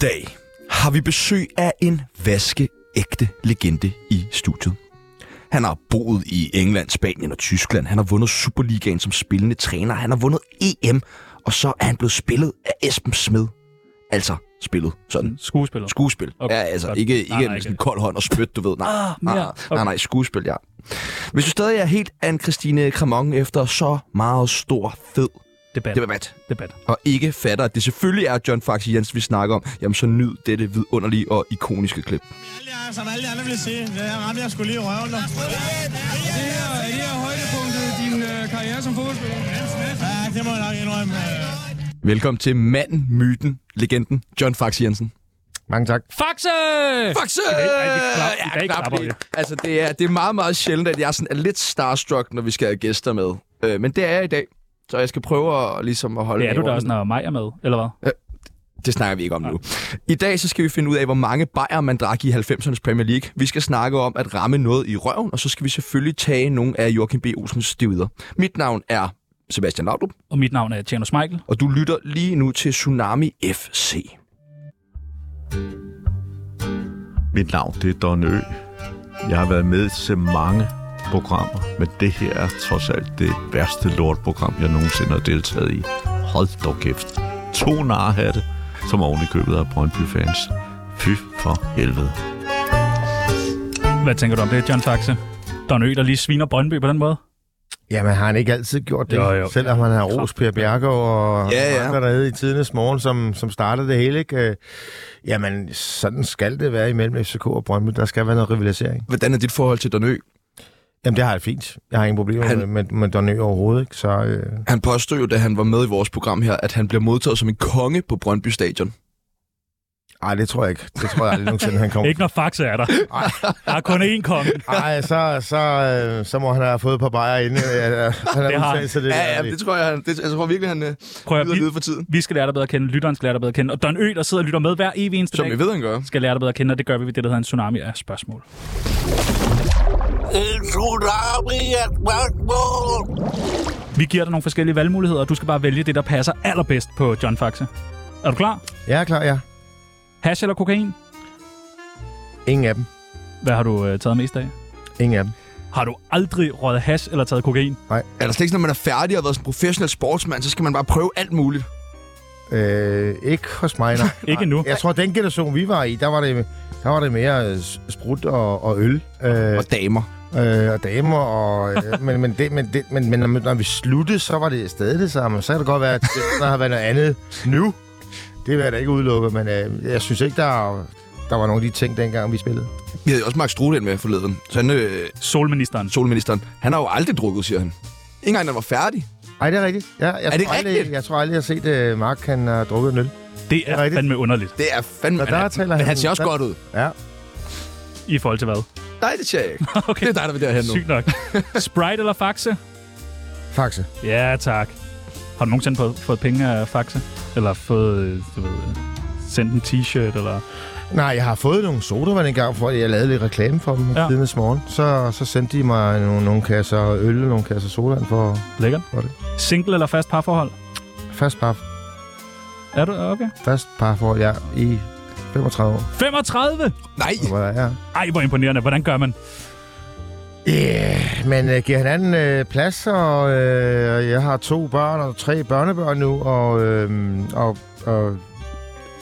dag har vi besøg af en vaskeægte legende i studiet. Han har boet i England, Spanien og Tyskland. Han har vundet Superligaen som spillende træner. Han har vundet EM. Og så er han blevet spillet af Esben Smed. Altså spillet sådan. Skuespiller. Skuespil. Okay, Okay, ja, altså godt. ikke, ikke Nej, nej, med sådan en ikke. kold hånd og spyt, du ved. Nej, ah, nej, mere. nej, nej, nej, skuespil, ja. Hvis du stadig er helt an Christine Cremon efter så meget stor, fed Debat. Debat. debat, Debat. og ikke fatter, at det selvfølgelig er John Faxe Jensen, vi snakker om, jamen så nyd dette vidunderlige og ikoniske klip. Alt jeg, som alle de andre vil sige, det her ramte jeg skulle lige i røven. Er det her, er det her højdepunktet i din øh, karriere som fodboldspiller? Ja, det må jeg nok indrømme. Øh. Velkommen til manden, myten, legenden, John Faxe Jensen. Mange tak. Faxe! Faxe! I dag- i dag klap- i dag klapper vi. Altså, det er, det er meget, meget sjældent, at jeg sådan er lidt starstruck, når vi skal have gæster med. Øh, men det er jeg i dag, så jeg skal prøve at, ligesom at holde Det er du da orden. også, når mig er med, eller hvad? Det snakker vi ikke om nu. I dag så skal vi finde ud af, hvor mange bajer man drak i 90'ernes Premier League. Vi skal snakke om at ramme noget i røven, og så skal vi selvfølgelig tage nogle af Joachim B. Olsens stivider. Mit navn er Sebastian Laudrup, Og mit navn er Tjernos Michael. og du lytter lige nu til Tsunami FC. Mit navn det er Don Ø. Jeg har været med til mange programmer, men det her er trods alt det værste lortprogram, jeg nogensinde har deltaget i. Hold dog kæft. To narhatte, som oven i købet af Brøndby-fans. Fy for helvede. Hvad tænker du om det, John Faxe? Der er en ø, der lige sviner Brøndby på den måde. Jamen, har han ikke altid gjort det? Jo, jo. Selvom han har ros Per Bjergaard og Ja, ja. andre, der hed i tidernes morgen, som, som startede det hele, ikke? Øh, Jamen, sådan skal det være imellem FCK og Brøndby. Der skal være noget rivalisering. Hvordan er dit forhold til Donø? Jamen, det har jeg fint. Jeg har ingen problemer Han- han... med, med Donø overhovedet, ikke? Så øh, Han påstod jo, da han var med i vores program her, at han bliver modtaget som en konge på Brøndby Stadion. ej, det tror jeg ikke. Det tror jeg aldrig nogensinde, han kommer. Ikke når Faxe er der. Der er kun én konge. Ej, så, så, øh, så må han have fået et par bajer inden. Øh, han Det har har han. udtalt sig det. Ja, ja, det tror jeg, han, det, jeg tror virkelig, han øh, Prøv at lyder vi, lyde for tiden. vi skal lære dig bedre at kende. Lytteren skal lære dig bedre at kende. Og der er en ø, der sidder og lytter med hver evig eneste Som dag. vi ved, han gør. skal lære dig bedre at kende, og det gør vi ved det, der hedder en tsunami af spørgsmål. En tsunami af spørgsmål. Vi giver dig nogle forskellige valgmuligheder, og du skal bare vælge det, der passer allerbedst på John Faxe. Er du klar? Ja, klar, ja. Hash eller kokain? Ingen af dem. Hvad har du øh, taget mest af? Ingen af dem. Har du aldrig røget hash eller taget kokain? Er der slet ikke, når man er færdig og har været sådan en professionel sportsmand, så skal man bare prøve alt muligt. Øh, ikke hos mig, nej. Ikke endnu. Jeg tror, den generation, vi var i, der var det, der var det mere øh, sprut og, og øl. Øh, Og damer. øh, og damer. Og, øh, men, men, det, men, det, men, men når- når vi sluttede, så var det stadig det samme. Så kan det godt være, at det, der har været noget andet nu. Det vil jeg da ikke udelukke, men øh, jeg synes ikke, der, der var nogen af de ting, dengang vi spillede. Vi havde jo også Mark Strudel med forleden. Så han, øh, Solministeren. solministeren, han har jo aldrig drukket, siger han. Ikke engang, da han var færdig. Ej, det er rigtigt. Ja, jeg, det tror ikke aldrig, rigtigt? jeg tror aldrig, jeg har set øh, Mark, han har drukket en øl. Det er rigtigt. fandme underligt. Det er fandme... Så der han, taler men han- han ser også der- godt ud. Ja. I forhold til hvad? Nej, det ser jeg ikke. okay. Det er dig, der vil derhen nu. Sygt nok. Sprite eller Faxe? Faxe. Ja, tak. Har du nogensinde fået, fået penge af Faxe? Eller fået, øh, du ved, øh, sendt en t-shirt, eller... Nej, jeg har fået nogle sodavand engang, for jeg lavede lidt reklame for dem Ja. ja. tidens morgen. Så, så sendte de mig nogle, nogle kasser øl og nogle kasser sodavand for Lækkert. Var det? Single eller fast parforhold? fast par, Er du okay? fast parforhold, ja, i 35 år. 35! Nej, Hvor jeg er. Ej, hvor imponerende. Hvordan gør man? Yeah, men øh, giver hinanden øh, plads, og øh, jeg har to børn og tre børnebørn nu, og, øh, og, og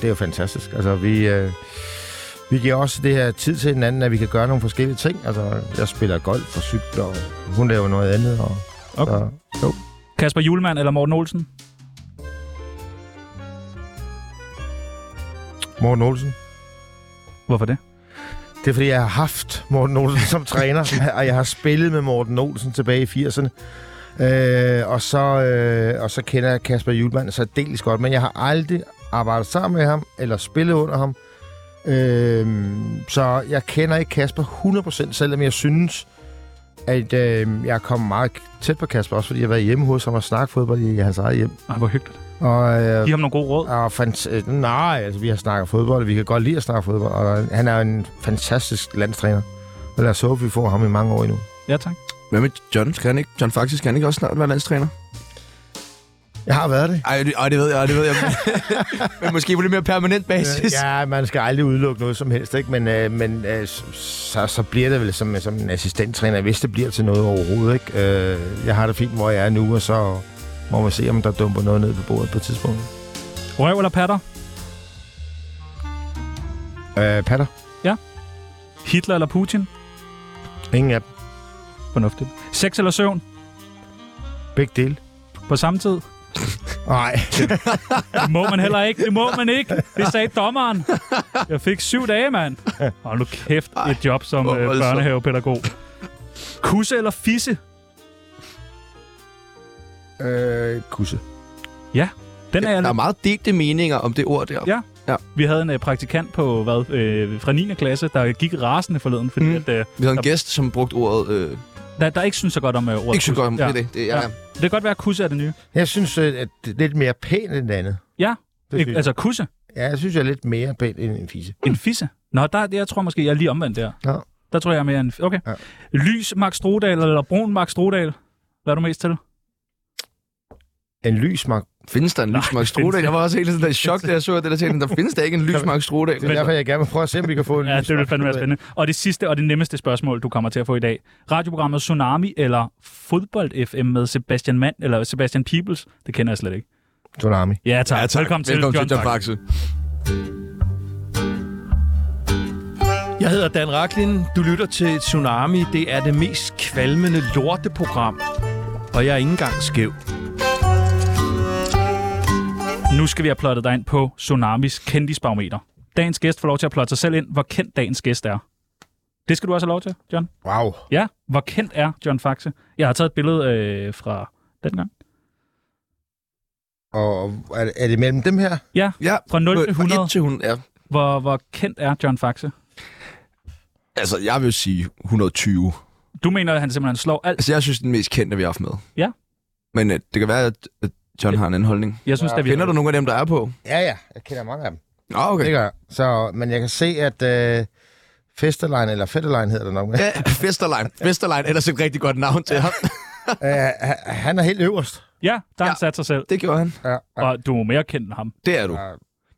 det er jo fantastisk. Altså, vi, øh, vi giver også det her tid til hinanden, at vi kan gøre nogle forskellige ting. Altså, jeg spiller golf og cykler, og hun laver noget andet, og Okay. så, jo. Kasper Julemand eller Morten Olsen? Morten Olsen. Hvorfor det? Det er, fordi jeg har haft Morten Olsen som træner, og jeg har spillet med Morten Olsen tilbage i 80'erne. Øh, og, så, øh, og så kender jeg Kasper Julemand så dels godt, men jeg har aldrig arbejdet sammen med ham, eller spillet under ham. Øh, så jeg kender ikke Kasper 100%, selvom jeg synes, at øh, jeg er kommet meget tæt på Kasper, også fordi jeg har været hjemme hos ham og snakket fodbold i hans eget hjem. Ej, hvor hyggeligt. Og, øh, Giv ham nogle gode råd. og fant- øh, nej, altså, vi har snakket fodbold, og vi kan godt lide at snakke fodbold. Og han er en fantastisk landstræner. Og lad os håbe, vi får ham i mange år endnu. Ja, tak. Hvad med John? Skal han ikke, John faktisk, skal han ikke også snart være landstræner? Jeg har været det. Ej, det, ej, det ved jeg, det ved jeg. Men måske på lidt mere permanent basis. Øh, Ja, man skal aldrig udelukke noget som helst, ikke? Men, øh, men øh, s- så, så bliver det vel som, som en assistenttræner, hvis det bliver til noget overhovedet, ikke? Øh, jeg har det fint, hvor jeg er nu, og så må man se, om der dumper noget ned på bordet på et tidspunkt. Røv eller patter? Øh, patter? Hitler eller Putin? Ingen af dem. Fornuftigt. Sex eller søvn? Begge dele. På samme tid? Nej. Det må man heller ikke. Det må man ikke. Det sagde dommeren. Jeg fik syv dage, mand. Hold nu kæft et job som hvor øh, voldsomt. børnehavepædagog. Kusse eller fisse? øh, kusse. Den er jeg Der er meget delte meninger om det ord der. Ja. Vi havde en øh, praktikant på hvad, øh, fra 9. klasse, der gik rasende forleden, fordi mm. Mm. at, øh, Vi havde en Der- gæst, som brugte ordet... Øh, der, der ikke synes så godt om øh, ordet ikke så kusse. godt om det. ja. er Det, det, er, Ja. Det kan godt være, at kusse er det nye. Jeg synes, øh, at det er lidt mere pænt end det andet. Ja. Det Ikke, synes, altså... altså kusse. Ja, jeg synes, jeg er lidt mere pænt end en fisse. En fisse. Nå, der, jeg tror måske, jeg er lige omvendt der. Ja. Der tror jeg, jeg er mere en... Okay. Ja. Ja. Lys Max Strodal eller brun Max Strodal? Hvad er du mest til? En lysmark. Findes der en lysmark Strudal? Jeg var også helt sådan i chok, da jeg så det der tænkte, der findes der ikke en lysmark Strudal. Det er derfor, jeg gerne vil prøve at se, om vi kan få en Ja, det vil lysmark. fandme være spændende. Og det sidste og det nemmeste spørgsmål, du kommer til at få i dag. Radioprogrammet Tsunami eller Fodbold FM med Sebastian Mand eller Sebastian Peebles? Det kender jeg slet ikke. Tsunami. Ja, tak. Velkommen, til, John Faxe. Faxe. Jeg hedder Dan Raklin. Du lytter til Tsunami. Det er det mest kvalmende lorteprogram. Og jeg er ikke engang skæv. Nu skal vi have plottet dig ind på Tsunamis kendisbarometer. Dagens gæst får lov til at plotte sig selv ind, hvor kendt dagens gæst er. Det skal du også have lov til, John. Wow. Ja, hvor kendt er John Faxe? Jeg har taget et billede øh, fra dengang. Og er, er det mellem dem her? Ja, Ja, Øh, fra 0 til 100. Fra 1 til 100, ja. Hvor, hvor kendt er John Faxe? Altså, jeg vil sige 120. Du mener, at han simpelthen slår alt. Altså, jeg synes, det er den mest kendte, vi har haft med. Ja. Men øh, det kan være, at at John har en anden holdning. Jeg synes, ja, Ja. da vi Kender du nogle af dem, der er på? Ja, ja. Jeg kender mange af dem. Nå, okay. Det gør jeg. Så, men jeg kan se, at øh, Festerlein, eller Fetterlein hedder det nok, Ja, Festerlein. Festerlein, ellers et rigtig godt navn til ham. øh, h- han er helt øverst. Ja, der har han Ja. sat sig selv. Det gjorde han. Ja, Og du er mere kendt end ham. Det er du. ja.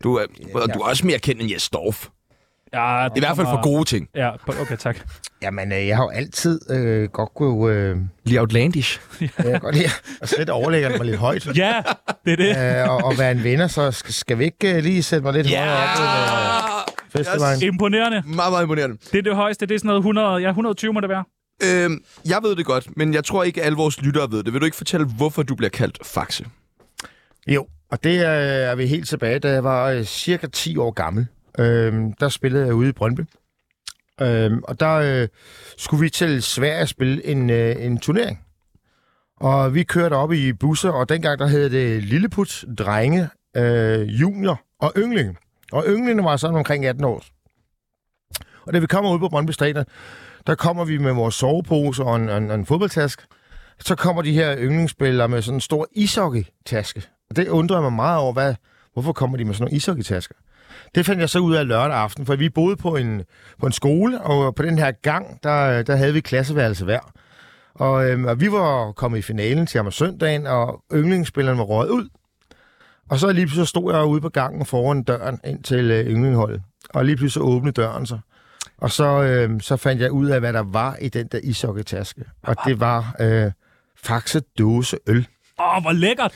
Du er, og du er også mere kendt end Jes Dorf. Ja, I hvert fald for gode ting. Ja, på- okay, tak. Jamen, øh, jeg har jo altid øh, godt kunne... Øh, Lige outlandish. jeg kan godt lide at sætte overlæggerne mig lidt højt. Ja, det er det. Øh, og, og være en vinder, så skal, skal vi ikke øh, lige sætte mig lidt Ja! højere op til øh, Festerlein? Imponerende. Meget, meget imponerende. Det er det højeste. Det er sådan noget 100, ja, 120 må det være. Øhm, jeg ved det godt, men jeg tror ikke, alle vores lyttere ved det. Vil du ikke fortælle, hvorfor du bliver kaldt Faxe? Jo, og det øh, er vi helt tilbage, da jeg var øh, cirka 10 år gammel. Øh, der spillede jeg ude i Brøndby. Øh, og der øh, skulle vi til Sverige spille en, øh, en turnering. Og vi kørte op i busser, og dengang der hed det Lilleput, Drenge, øh, Junior og Ynglinge. Og Ynglingene var sådan omkring 18 år. Og da vi kommer ud på Brøndby Stadion, der kommer vi med vores sovepose og en, og en, og en fodboldtaske. Så kommer de her yndlingsspillere med sådan en stor ishockey-taske. Og det undrer jeg mig meget over, hvad, hvorfor kommer de med sådan nogle ishockeytasker? Det fandt jeg så ud af lørdag aften, for vi boede på en, på en skole, og på den her gang, der, der havde vi klasseværelse hver. Og, øhm, og vi var kommet i finalen til om søndagen, og yndlingsspilleren var røget ud. Og så lige pludselig stod jeg ude på gangen foran døren ind til øh, yndlingholdet. Og lige pludselig så åbnede døren sig. Og så, øh, så fandt jeg ud af, hvad der var i den der ishockeytaske. Og det var øh, faxe dåse øl. Åh, oh, hvor lækkert.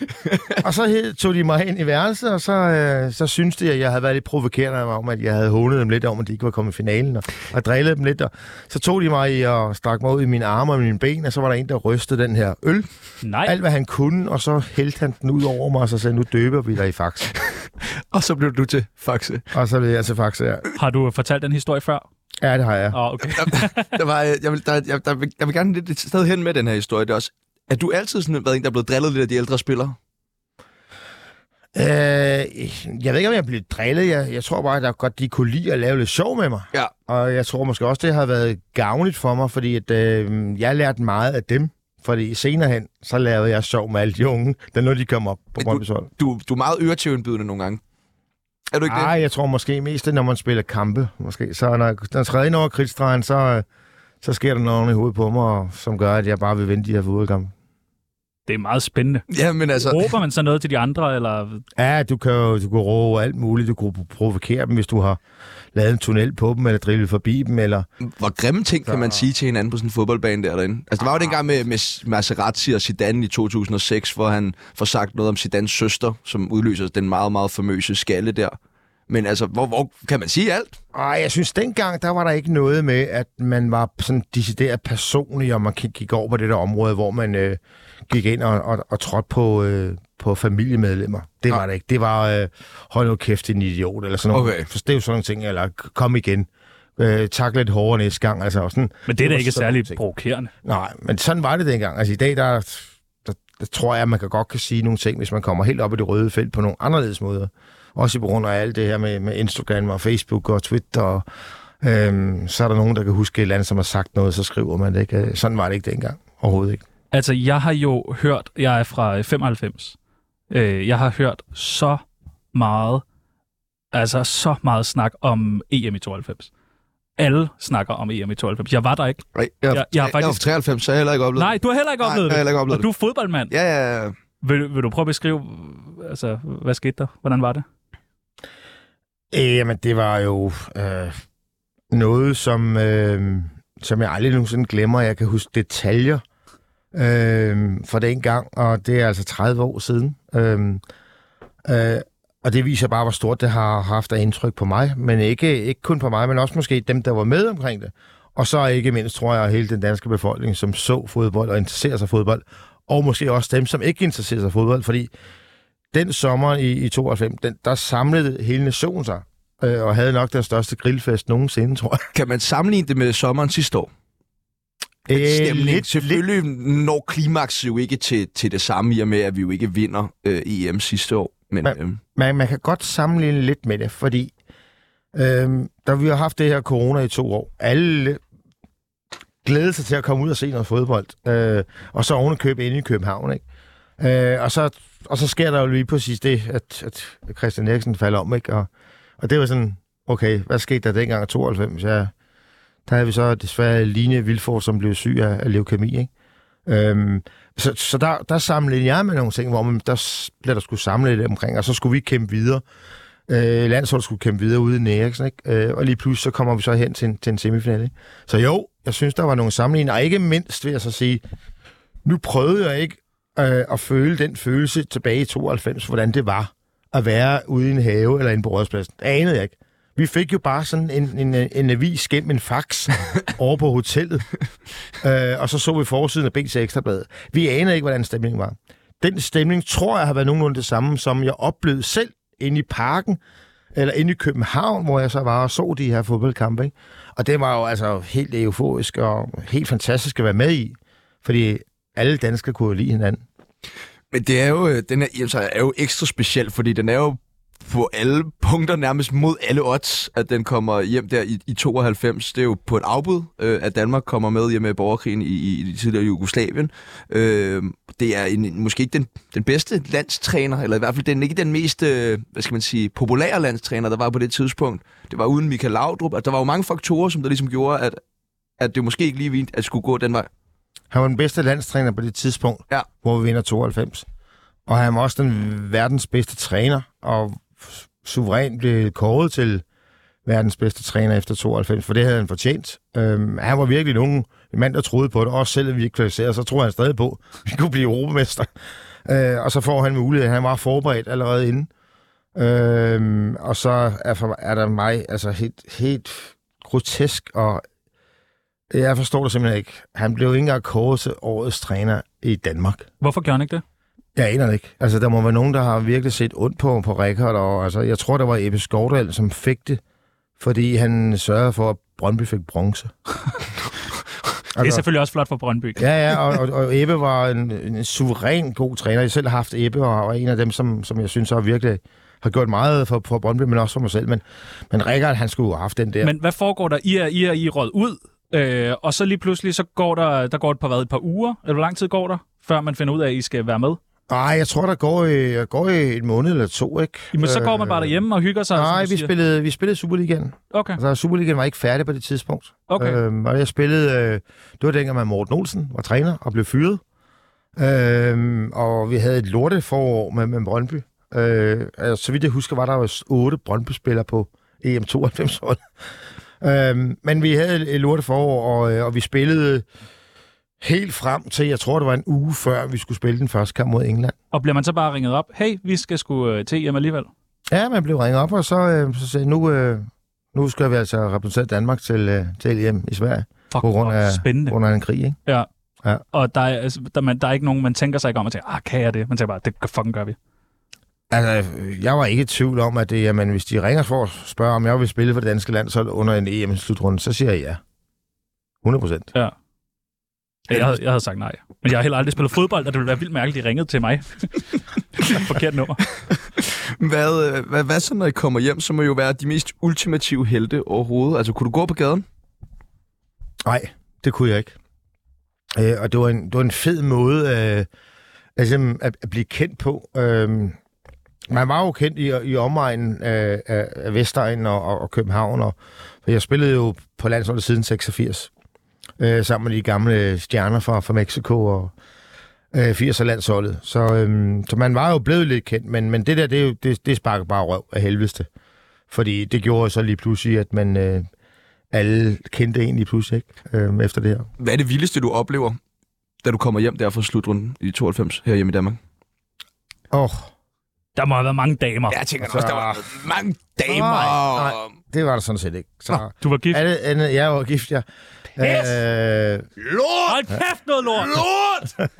Og så hed, tog de mig ind i værelset, og så, øh, så syntes de, at jeg havde været lidt provokerende af mig om, at jeg havde hånet dem lidt om, at de ikke var kommet i finalen, og, og drillede dem lidt. Og så tog de mig i og strak mig ud i mine arme og mine ben, og så var der en, der rystede den her øl. Nej, Alt, hvad han kunne, og så hældte han den ud over mig, og så sagde, nu døber vi dig i faxe. Og så blev du til Faxe. Og så blev jeg til faxe, ja. har du fortalt den historie før? ja. det har jeg. Åh, oh, okay. Der var, øh, jeg, vil, der, jeg, der, vil, jeg vil gerne lidt et sted hen med den her historie. Det er også, er du altid sådan været en, der er blevet drillet lidt af de ældre spillere? Øh, jeg ved ikke, om jeg blev drillet. Jeg, jeg tror bare, at der godt de kunne lide at lave lidt sjov med mig. Ja. Og jeg tror måske også, det har været gavnligt for mig, fordi at, øh, jeg lærte meget af dem. Fordi senere hen, så lavede jeg sjov med alle de unge, da nu de kom op på Men du- Brøndby's hold. Du, du er meget øretævindbydende nogle gange. Er du ikke Nej, jeg tror måske mest, det er, når man spiller kampe. Måske. Så når, når jeg træder ind over kridtstregen, så, øh, så sker der noget oven i hovedet på mig, og- som gør, at jeg bare vil vinde de her fodboldkampe. Det er meget spændende. Ja, men altså... Råber man så noget til de andre, eller Ja, du kan jo du kan råbe alt muligt. Du kan provokere dem, hvis du har lavet en tunnel på dem, eller drillet forbi dem, eller... hvor grimme ting kan man sige til hinanden på sådan en fodboldbane der derinde. Altså, der var jo dengang med, med Maserati og Zidane i 2006, hvor han får sagt noget om Zidans søster, som udløser den meget, meget famøse skalle der. Men altså, hvor, hvor kan man sige alt? Ej, jeg synes, dengang, der var der ikke noget med, at man var sådan decideret personlig, og man gik gik over på det der område, hvor man øh, gik ind og, og, og trådte på, øh, på familiemedlemmer. Det Ah. var det ikke. Det var, øh, hold nu kæft, din idiot, eller sådan Okay. noget. For det er jo sådan nogle ting, eller kom igen. Øh, tak lidt hårdere næste gang, altså. og Sådan, Men det er da ikke sådan nogle særlig ting. provokerende. Nej, men sådan var det dengang. Altså i dag, der, der, der tror jeg, at man kan godt kan sige nogle ting, hvis man kommer helt op i det røde felt på nogle anderledes måder. Også i på grund af alt det her med, med Instagram og Facebook og Twitter. Og, øhm, så er der nogen, der kan huske et eller andet, som har sagt noget, så skriver man det ikke. Øh, Sådan var det ikke dengang. Overhovedet ikke. Altså, jeg har jo hørt, jeg er fra øh, 95, øh, jeg har hørt så meget, altså så meget snak om EM i 92. Alle snakker om EM i 92. Jeg var der ikke. Jeg, Jeg- jeg har jeg er faktisk- 93, så jeg har heller ikke oplevet Nej, du har heller ikke Nej, oplevet jeg har det. heller ikke oplevet Og du er fodboldmand. det. Ja, ja, ja. Vil, vil du prøve at beskrive, altså, hvad skete der? Hvordan var det? Øh, Jamen, det var jo øh, noget, som, øh, som jeg aldrig nogensinde glemmer. Jeg kan huske detaljer øh, fra den gang, og det er altså 30 år siden. Øh, øh, og det viser bare, hvor stort det har haft af indtryk på mig. Men ikke, ikke kun på mig, men også måske dem, der var med omkring det. Og så ikke mindst, tror jeg, hele den danske befolkning, som så fodbold og interesserer sig for fodbold. Og måske også dem, som ikke interesserer sig for fodbold, fordi den sommer i, i 92, den, der samlede hele nationen sig, øh, og havde nok den største grillfest nogensinde, tror jeg. Kan man sammenligne det med sommeren sidste år? Øh, stemning. Lidt, Selvfølgelig når klimaks jo ikke til, til det samme, i og med, at vi jo ikke vinder øh, EM sidste år. Men, Men- øh, man, man kan godt sammenligne lidt med det, fordi øhm, der vi har haft det her corona i to år. Alle glædede sig til at komme ud og se noget fodbold, øh, og så ovenikøb inde i København, ikke? Øh, og, så, og så sker der jo lige præcis det, at, at Christian Eriksen falder om, ikke? Og, og det var sådan, okay, hvad skete der dengang i 92? Ja, der havde vi så desværre Line Vilfort, som blev syg af, af leukemi, ikke? Øhm, så, så der, der samlede jeg med nogle ting, hvor man, der s- blev der skulle samle lidt omkring, og så skulle vi kæmpe videre. Øh, landsholdet skulle kæmpe videre ude i Eriksen, ikke? Øh, og lige pludselig så kommer vi så hen til en, til en semifinale. ikke? Så jo, jeg synes, der var nogle sammenligninger, og ikke mindst vil jeg så sige, nu prøvede jeg ikke øh, at føle den følelse tilbage i 92, hvordan det var at være ude i en have eller inde på rådspladsen. Det anede jeg ikke. Vi fik jo bare sådan en, en, en avis gennem en fax over på hotellet, øh, og så så vi forsiden af BT Ekstrabladet. Vi anede ikke, hvordan stemningen var. Den stemning tror jeg har været nogenlunde det samme, som jeg oplevede selv inde i parken, eller inde i København, hvor jeg så var og så de her fodboldkampe. Ikke? Og det var jo altså helt euforisk og helt fantastisk at være med i, fordi alle danskere kunne jo lide hinanden. Men det er jo, øh, den her EM-sejr er jo ekstra speciel, fordi den er jo på alle punkter nærmest mod alle odds, at den kommer hjem der i, i 92. Det er jo på et afbud, øh, at Danmark kommer med hjem med borgerkrigen i, i, i det tidligere Jugoslavien. Øh, det er en, en- måske ikke den, den bedste landstræner, eller i hvert fald den, ikke den mest øh, hvad skal man sige, populære landstræner, der var på det tidspunkt. Det var uden Michael Laudrup. Altså, der var jo mange faktorer, som der ligesom gjorde, at, at det måske ikke lige ville, at skulle gå den vej. Han var den bedste landstræner på det tidspunkt, Ja. hvor vi vinder 92. Og han var også den verdens bedste træner, og suveræn blev kåret til verdens bedste træner efter 92, for det havde han fortjent. Øhm, han var virkelig nogen en mand, der troede på det, også selvom vi ikke kvalificerede, så troede han stadig på, at vi kunne blive europamester. Øh, og så får han mulighed. Han var forberedt allerede inden. Øh, og så er, for, er der mig altså helt, helt grotesk, og jeg forstår det simpelthen ikke. Han blev ikke engang kåret til årets træner i Danmark. Hvorfor gjorde han ikke det? Jeg aner det ikke. Altså, der må være nogen, der har virkelig set ondt på, på Rikard, og altså, jeg tror, der var Ebbe Skovdal, som fik det, fordi han sørgede for, at Brøndby fik bronze. Altså, Det er selvfølgelig også flot for Brøndby. Ja, ja, og, og, og Ebbe var en, en suveræn god træner. Jeg selv har haft Ebbe, og er en af dem, som, som jeg synes har virkelig har gjort meget for, for Brøndby, men også for mig selv. Men, men Rikard, han skulle jo have haft den der. Men hvad foregår der? I er, I er, I er røget ud, øh, og så lige pludselig, så går der, der går et par, hvad, et par uger, eller hvor lang tid går der, før man finder ud af, at I skal være med? Nej, jeg tror, der går, øh, går øh, en måned eller to, ikke? Jamen, så går man Øh, bare derhjemme og hygger sig. som Nej, du vi siger. spillede, vi spillede Superligaen. Okay, Altså, Superligaen var ikke færdig på det tidspunkt. okay. øh, Øhm, og jeg spillede, øh, det var dengang, at Morten Olsen var træner og blev fyret. Øhm, og vi havde et lorte forår med, med Brøndby. Øh, altså, så vidt jeg husker, var der jo otte Brøndby-spillere på EM92-hold. øhm, men vi havde et lorte forår, og, øh, og vi spillede helt frem til, jeg tror, det var en uge før, vi skulle spille den første kamp mod England. Og bliver man så bare ringet op, hey, vi skal sgu øh, til hjem alligevel. Ja, man blev ringet op, og så, øh, så sagde jeg, nu, øh, nu skal vi altså repræsentere Danmark til, øh, til hjem i Sverige. Fuck, På grund hvor af- spændende. Under en krig, ikke? Og der er, altså, der, man, der er ikke nogen, man tænker sig ikke om og tænker, ah, kan jeg det? Man tænker bare, det fucking gør vi. Altså, øh, jeg var ikke i tvivl om, at det, jamen, hvis de ringer for at spørge, om jeg vil spille for det danske landshold under en EM-slutrunde, så siger jeg ja. 100 procent. Jeg havde, jeg havde sagt nej. Men jeg har heller aldrig spillet fodbold, og det ville være vildt mærkeligt, at de ringede til mig. Forkert nummer. Hvad, øh, hvad, hvad så, når I kommer hjem, så må I jo være de mest ultimative helte overhovedet. Altså, kunne du gå på gaden? Nej, det kunne jeg ikke. Øh, og det var, en, det var en fed måde øh, altså, at, at blive kendt på. Øh, man var jo kendt i, i omegnen øh, af, af Vestegn og, og, og København, og, for jeg spillede jo på landsholdet siden 86, øh, sammen med de gamle stjerner fra, fra Mexico og øh, 80'er landsholdet. Så, øh, så man var jo blevet lidt kendt, men, men det der, det, er jo- det, det sparker bare røv af helveste. Fordi det gjorde så lige pludselig, at man... Øh, alle kendte en lige pludselig, ikke? Øhm, efter det her. Hvad er det vildeste, du oplever, da du kommer hjem der fra slutrunden i 92 her hjemme i Danmark? Åh, oh, Der må have været mange damer. Jeg tænker Altså- også, der var mange damer. Nej, det var der sådan set ikke. Så, Nå, Du var gift. er det andet? Jeg var gift, ja. Øh, Hold kæft noget lort!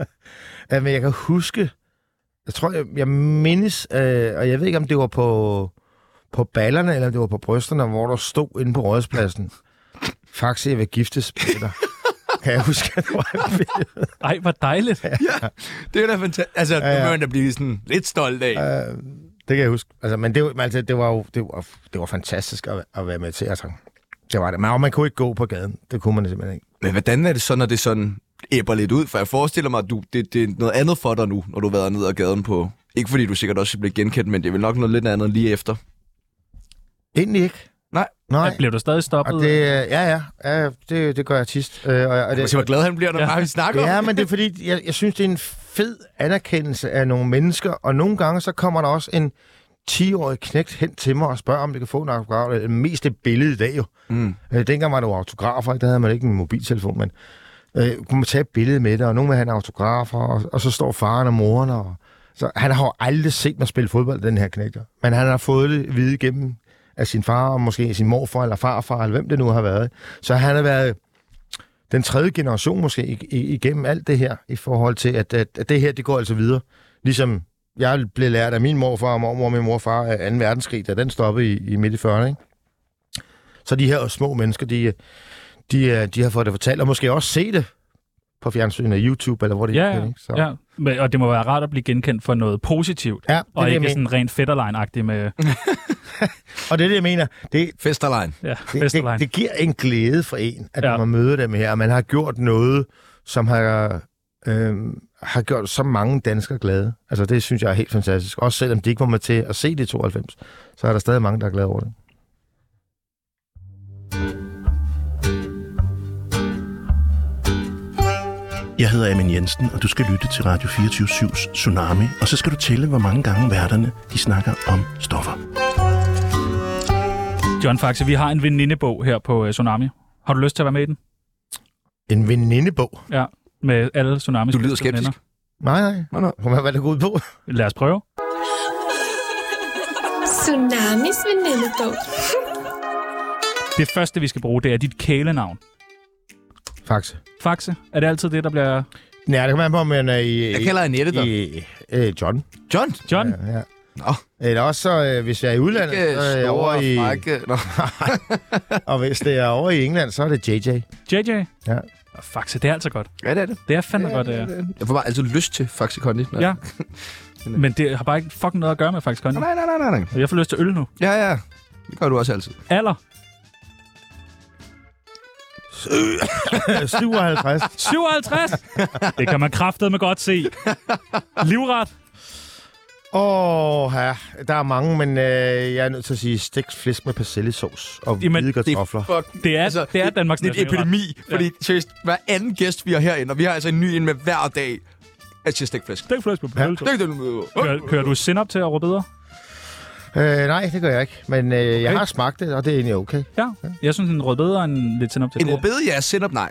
øh, men jeg kan huske, jeg tror, jeg, jeg mindes, øh, og jeg ved ikke, om det var på, på ballerne, eller om det var på brysterne, hvor der stod inde på rådspladsen. Faktisk, jeg vil giftes, Peter. kan jeg huske, at det var Ej, hvor dejligt. Det er da fantastisk. Altså, ja, ja. nu må man da blive sådan lidt stolt af. Ja. Øh, det kan jeg huske. Altså, men det, var- altså, det var jo det var, det var fantastisk at, at være med til. Altså, det var det. Men og man kunne ikke gå på gaden. Det kunne man simpelthen ikke. Men hvordan er det så, når det sådan æbber lidt ud? For jeg forestiller mig, at du, det, det er noget andet for dig nu, når du har været ned ad gaden på... Ikke fordi du sikkert også bliver genkendt, men det er vel nok noget lidt andet lige efter. Egentlig ikke. Nej. Nej. Blev du stadig Og stoppet? det, øh, ja, ja, ja det, det gør jeg tit. Øh, og, og Jeg se, hvor det, glad han bliver, når Ja. ja. vi snakker om ja, men det er fordi, jeg, jeg synes, det er en fed anerkendelse af nogle mennesker, og nogle gange så kommer der også en 10-årig knægt hen til mig og spørger, om det kan få en autograf. Det er mest et billede i dag jo. Mm. Øh, dengang var det jo autografer, ikke? der havde man ikke en mobiltelefon, men øh, kunne man tage et billede med det, og nogen vil have en autograf, og, og så står faren og moren, og så, han har jo aldrig set mig spille fodbold, den her knækker. Men han har fået det at vide igennem af sin far, og måske sin morfar, eller farfar, eller hvem det nu har været. Så han har været den tredje generation måske i- i- igennem alt det her, i forhold til, at, at, at det her, det går altså videre. Ligesom jeg blev lært af min morfar og mormor og min morfar af 2. verdenskrig, da den stoppede i, i midt i 40'erne, ikke? Så de her små mennesker, de, de, er- de har fået det fortalt, og måske også se det på fjernsyn og YouTube, eller hvor det Ja, er. ja, ikke? Så. ja. Men, og det må være rart at blive genkendt for noget positivt. ja det, er Og det, ikke jeg mener. Mm. sådan rent fætterlein-agtigt med Og det er det, jeg mener. Det, Festerlein. ja, det, det, Vesterlein. det giver en glæde for en, at Ja. ja. man møder dem her, og man har gjort noget, som har, øh, har gjort så mange danskere glade. Altså, det synes jeg er helt fantastisk. Også selvom de ikke var med til at se det i 92, så er der stadig mange, der er glade over det. Jeg hedder Amin Jensen, og du skal lytte til Radio 24-7's Tsunami, og så skal du tælle, hvor mange gange værterne de snakker om stoffer. John Faxe, vi har en venindebog her på øh, Tsunami. Har du lyst til at være med i den? En venindebog. Med alle Tsunamis Du lyder bedste skeptisk. veninder. Nej, nej. Nå, nå. Hvad var det gået på? Lad os prøve. Tsunamis venindebog. Det første, vi skal bruge, det er dit kælenavn. Faxe. Faxe, er det altid det, der bliver... Nej, det kommer an på, om man er i... Jeg kalder Annette der. i, øh, John. John. John? Ja, ja. Nå. Eller også, så, øh, hvis jeg er i udlandet, Ikke så er jeg over store, i, frække. Nå. og hvis det er over i England, så er det JJ. JJ? Ja. Åh, Faxe, det er altså godt. Ja, det er det. Det er fandme ja, godt, det er. Jeg får bare altid lyst til Faxe Kondi. når- Ja. Men det har bare ikke fucking noget at gøre med, faktisk, Conny. Nej, nej, nej, nej, nej. Jeg får lyst til øl nu. Ja, ja. Det gør du også altid. Alder? Øh, 57. 57? det kan man kraftedeme godt se. Livret? Åh, ja, der er mange, men øh, jeg er nødt til at sige stegt flæsk med persillesauce og Jamen, Jamen, hvide Det kartofler. er fucking... Det er, Altså, det er Danmarks Det er en nationalret. epidemi, fordi seriøst, hver anden gæst, vi har herinde, og vi har altså en ny ind med hver dag, Jeg siger stikflæsk. Stik flæsk på pølser. Det er den møde. Kører, kører du sind op til at råbe bedre? Øh, nej, det gør jeg ikke. Men øh, okay. jeg har smagt det, og det er egentlig okay. Ja. Jeg synes, en rød bedre end lidt sind op til. En Det er- rødbede, ja. Send op, nej.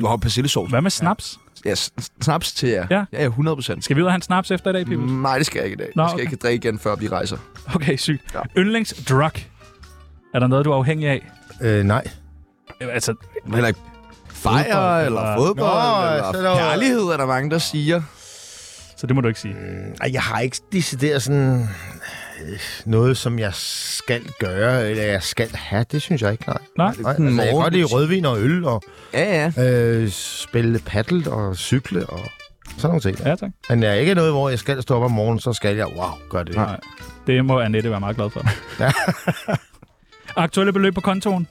Du har persillesovs. Hvad med snaps? Ja, s- snaps til jer. Ja. ja 100 procent. Skal vi ud og have en snaps efter i dag, people? Nej, det skal jeg ikke i dag. Nå, jeg skal okay. ikke drikke igen, før vi rejser. Okay, sygt. Ja. Yndlingsdrug. Er der noget, du er afhængig af? Øh, nej. Øh, Altså, Men heller ikke fejre, eller eller- fodbold, Nå, Nå, så eller er der jo- kærlighed, er der mange, der siger. så det må du ikke sige. Ej, jeg har ikke decideret sådan øh, noget, som jeg skal gøre, eller jeg skal have. Det synes jeg ikke, nej. Nej? nej altså, jeg kan godt lide rødvin og øl, og Ja, ja. øh, spille paddle og cykle og sådan nogle ting. Ja, tak. Men jeg er ikke noget, hvor jeg skal stå op om morgenen, så skal jeg, wow, gør det. Nej. Det må Annette være meget glad for. Ja. Aktuelle beløb på kontoen?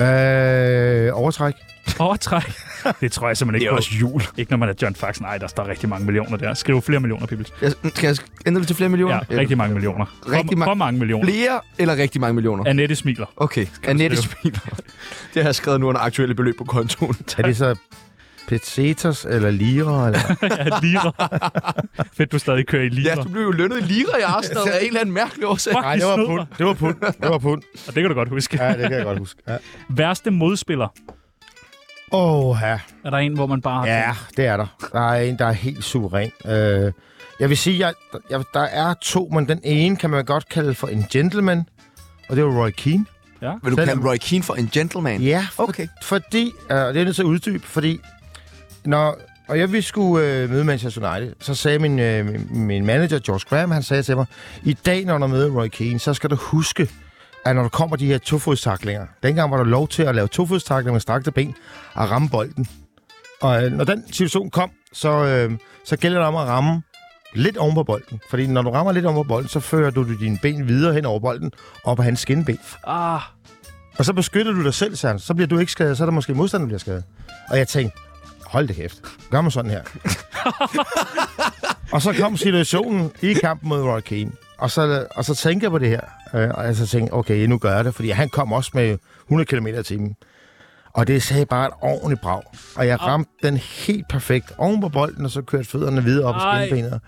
Øh, overtræk. Overtræk. Det tror jeg simpelthen ikke på. jul. Ikke når man er John Faxen. Nej, der står rigtig mange millioner der. Skriv flere millioner, Pibbles. Jeg, skal jeg ændre det til flere millioner? Ja, rigtig mange millioner. Rigtig for, mange- for mange millioner. Flere eller rigtig mange millioner? Annette smiler. Okay, Annette smiler. Det har jeg skrevet nu under aktuelle beløb på kontoen. Er det så pesetas eller lira? Eller? Ja, lira. Fedt, du stadig kører i lira. Ja, du blev jo lønnet i lira i Arsenal af en eller anden mærkelig årsag. Fuck, I snød mig. Det var pund. Det var pund. Og det kan du godt huske. Ja, det kan jeg godt huske. Ja. Værste modspiller. Åh, ja. Er der en, hvor man bare... har Ja, tænkt, det er der. Der er en, der er helt suveræn. Øh, jeg vil sige, jeg, jeg, der er to, men den ene kan man godt kalde for en gentleman, og det er jo Roy Keane. Vil du Selvom- kalde Roy Keane for en gentleman? Ja, for, Okay. fordi, øh, og det er jeg nødt til at uddybe, fordi når, og jeg vi skulle øh, møde Manchester United, så sagde min, øh, min- min manager, George Graham, han sagde til mig, i dag, når du møder Roy Keane, så skal du huske, at når der kommer de her tofodstaklinger, dengang var der lov til at lave tofodstaklinger med strakte ben og ramme bolden. Og øh, når den situation kom, så, øh, så gælder det om at ramme lidt oven på bolden. Fordi når du rammer lidt oven på bolden, så fører du dine ben videre hen over bolden, op ad hans skinben. Ah, Og så beskytter du dig selv, Søren. Så bliver du ikke skadet, så er der måske modstanderen, der bliver skadet. Og jeg tænkte, hold det kæft. Gør mig sådan her. og så kom situationen i kampen mod Roy Keane. Og så, og så tænker jeg på det her. Øh, Og jeg så tænkte, okay, nu gør jeg det. Fordi han kom også med 100 km i timen. Og det sagde bare et ordentligt brag. Og jeg ramte den helt perfekt oven på bolden, og så kørte fødderne videre op i Ej. skinbenet.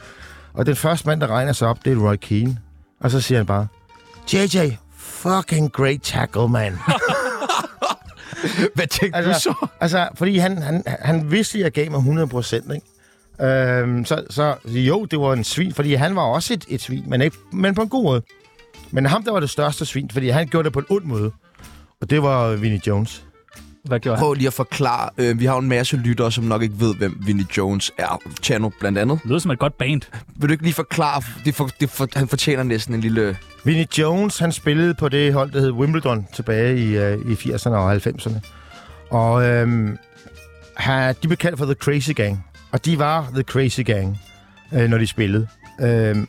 Og den første mand, der regner sig op, det er Roy Keane. Og så siger han bare, JJ, fucking great tackle, man. Hvad tænkte du Altså, så? altså fordi han, han, han vidste, at jeg gav mig 100 procent, ikke? Øhm, så, så jo, det var en svin, fordi han var også et, et svin, men, ikke, men på en god måde. Men ham, der var det største svin, fordi han gjorde det på en ond måde. Og det var Vinnie Jones. hvad gjorde han? Prøv lige at forklare. Øh, vi har jo en masse lyttere, som nok ikke ved, hvem Vinnie Jones er. Chano blandt andet. Det lyder som et godt band. Vil du ikke lige forklare? Det for, det for, han fortjener næsten en lille... Vinnie Jones, han spillede på det hold, der hed Wimbledon tilbage i, øh, i 80'erne og 90'erne. Og øhm, han, de blev kaldt for The Crazy Gang. Og de var The Crazy Gang, øh, når de spillede. Øhm,